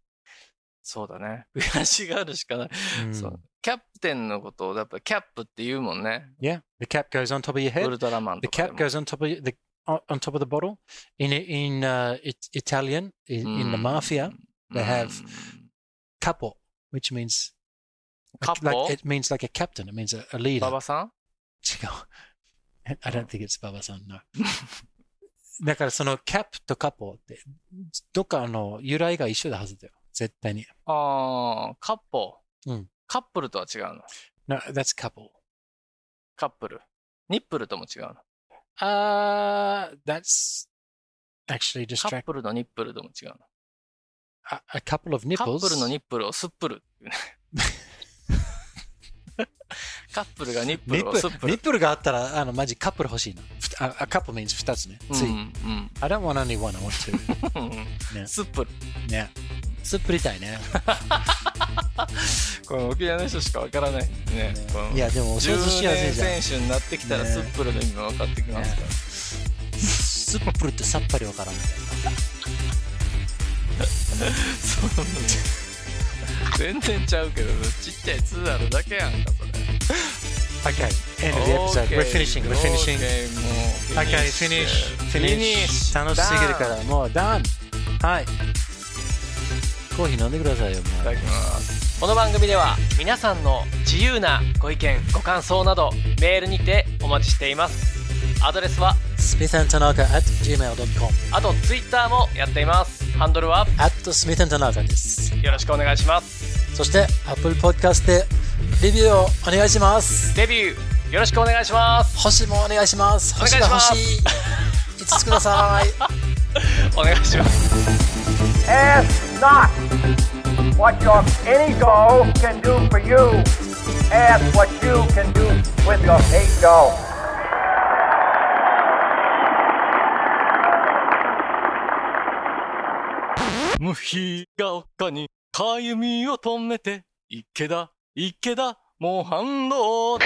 [SPEAKER 7] そうだね。悔しがるしかない。
[SPEAKER 6] うん
[SPEAKER 7] そうキャプテンのことをやっぱキャップって言うもんね。
[SPEAKER 6] Yeah. The cap goes on top of your
[SPEAKER 7] ウ
[SPEAKER 6] head.
[SPEAKER 7] ルトラマン
[SPEAKER 6] The
[SPEAKER 7] とか
[SPEAKER 6] cap
[SPEAKER 7] でも。
[SPEAKER 6] goes on top of the on on top of the bottle. In in uh, it, Italian, in, in the
[SPEAKER 7] Hmm.
[SPEAKER 6] mafia,
[SPEAKER 7] うん、
[SPEAKER 6] they have- capo, which means like-
[SPEAKER 7] Capo?
[SPEAKER 6] Like, it means like a captain. It means a, a
[SPEAKER 7] うん
[SPEAKER 6] leader.
[SPEAKER 7] 馬
[SPEAKER 6] <laughs>
[SPEAKER 7] 場さん
[SPEAKER 6] 違う。I don't think it's Baba-san, no. だからそのキャップとカポって、どっかの由来が一緒だはずだよ。絶対に。
[SPEAKER 7] ああ、カッポ。
[SPEAKER 6] うん
[SPEAKER 7] カップルとは違うの。
[SPEAKER 6] No, that's couple.
[SPEAKER 7] カップル。ニップルとも違うの。
[SPEAKER 6] Uh, that's actually
[SPEAKER 7] カッ
[SPEAKER 6] distract
[SPEAKER 7] プルのニップルとも違うの。
[SPEAKER 6] a, a couple of
[SPEAKER 7] カ
[SPEAKER 6] nipples.
[SPEAKER 7] ップルのニップルをスップ
[SPEAKER 6] <laughs>
[SPEAKER 7] ルって言うね。カップルがニップ
[SPEAKER 6] ニッ
[SPEAKER 7] ルをスッ
[SPEAKER 6] プ
[SPEAKER 7] プ
[SPEAKER 6] ルニ
[SPEAKER 7] ル
[SPEAKER 6] ッ。プルがあったら、あの、マジカップル欲しいな。ふたあ、カップル means 二つね。
[SPEAKER 7] うん
[SPEAKER 6] つい。
[SPEAKER 7] うん。
[SPEAKER 6] I don't want only one, I want two. ね
[SPEAKER 7] スップル。
[SPEAKER 6] ね。すっぷりたいね。
[SPEAKER 7] これ沖縄の人しかわからないですね。この
[SPEAKER 6] いや、でも、お掃除し
[SPEAKER 7] 10
[SPEAKER 6] やすい
[SPEAKER 7] 年
[SPEAKER 6] じゃん。
[SPEAKER 7] 選手になってきたら
[SPEAKER 6] ね
[SPEAKER 7] スップルの意味が分かってきますから。
[SPEAKER 6] すっぷりってさっぱりわからんみたいな。
[SPEAKER 7] そう全然ちゃうけど、ちっちゃい2あるだけやんか、それ。
[SPEAKER 6] Okay, end of the episode. We're finishing, we're finishing.
[SPEAKER 7] Okay, もう
[SPEAKER 6] Okay, finish, finish. 楽しすぎるか。
[SPEAKER 7] Done
[SPEAKER 6] ら、もう done! はい。コーヒー飲んでくださいよ、も
[SPEAKER 7] いうた。だきますこの番組では皆さんの自由なご意見ご感想などメールにてお待ちしていますアドレスは
[SPEAKER 6] smithandtanaka at gmail.com
[SPEAKER 7] あとツイッターもやっていますハンドルは
[SPEAKER 6] at smithandtanaka です。
[SPEAKER 7] よろしくお願いします
[SPEAKER 6] そして、Apple Podcast でレビューをお願いします。
[SPEAKER 7] デビューよろしくお願いします
[SPEAKER 6] 星もお願いします。
[SPEAKER 7] 願い
[SPEAKER 6] 星
[SPEAKER 7] し
[SPEAKER 6] が
[SPEAKER 7] ま
[SPEAKER 6] 欲
[SPEAKER 7] す
[SPEAKER 6] しい。5つください。
[SPEAKER 7] お願いします
[SPEAKER 4] Ask not what your any doll can do for you. Ask what you can do with your eight doll.
[SPEAKER 7] 「無比が丘にかゆみを止めて池田池田もう反応」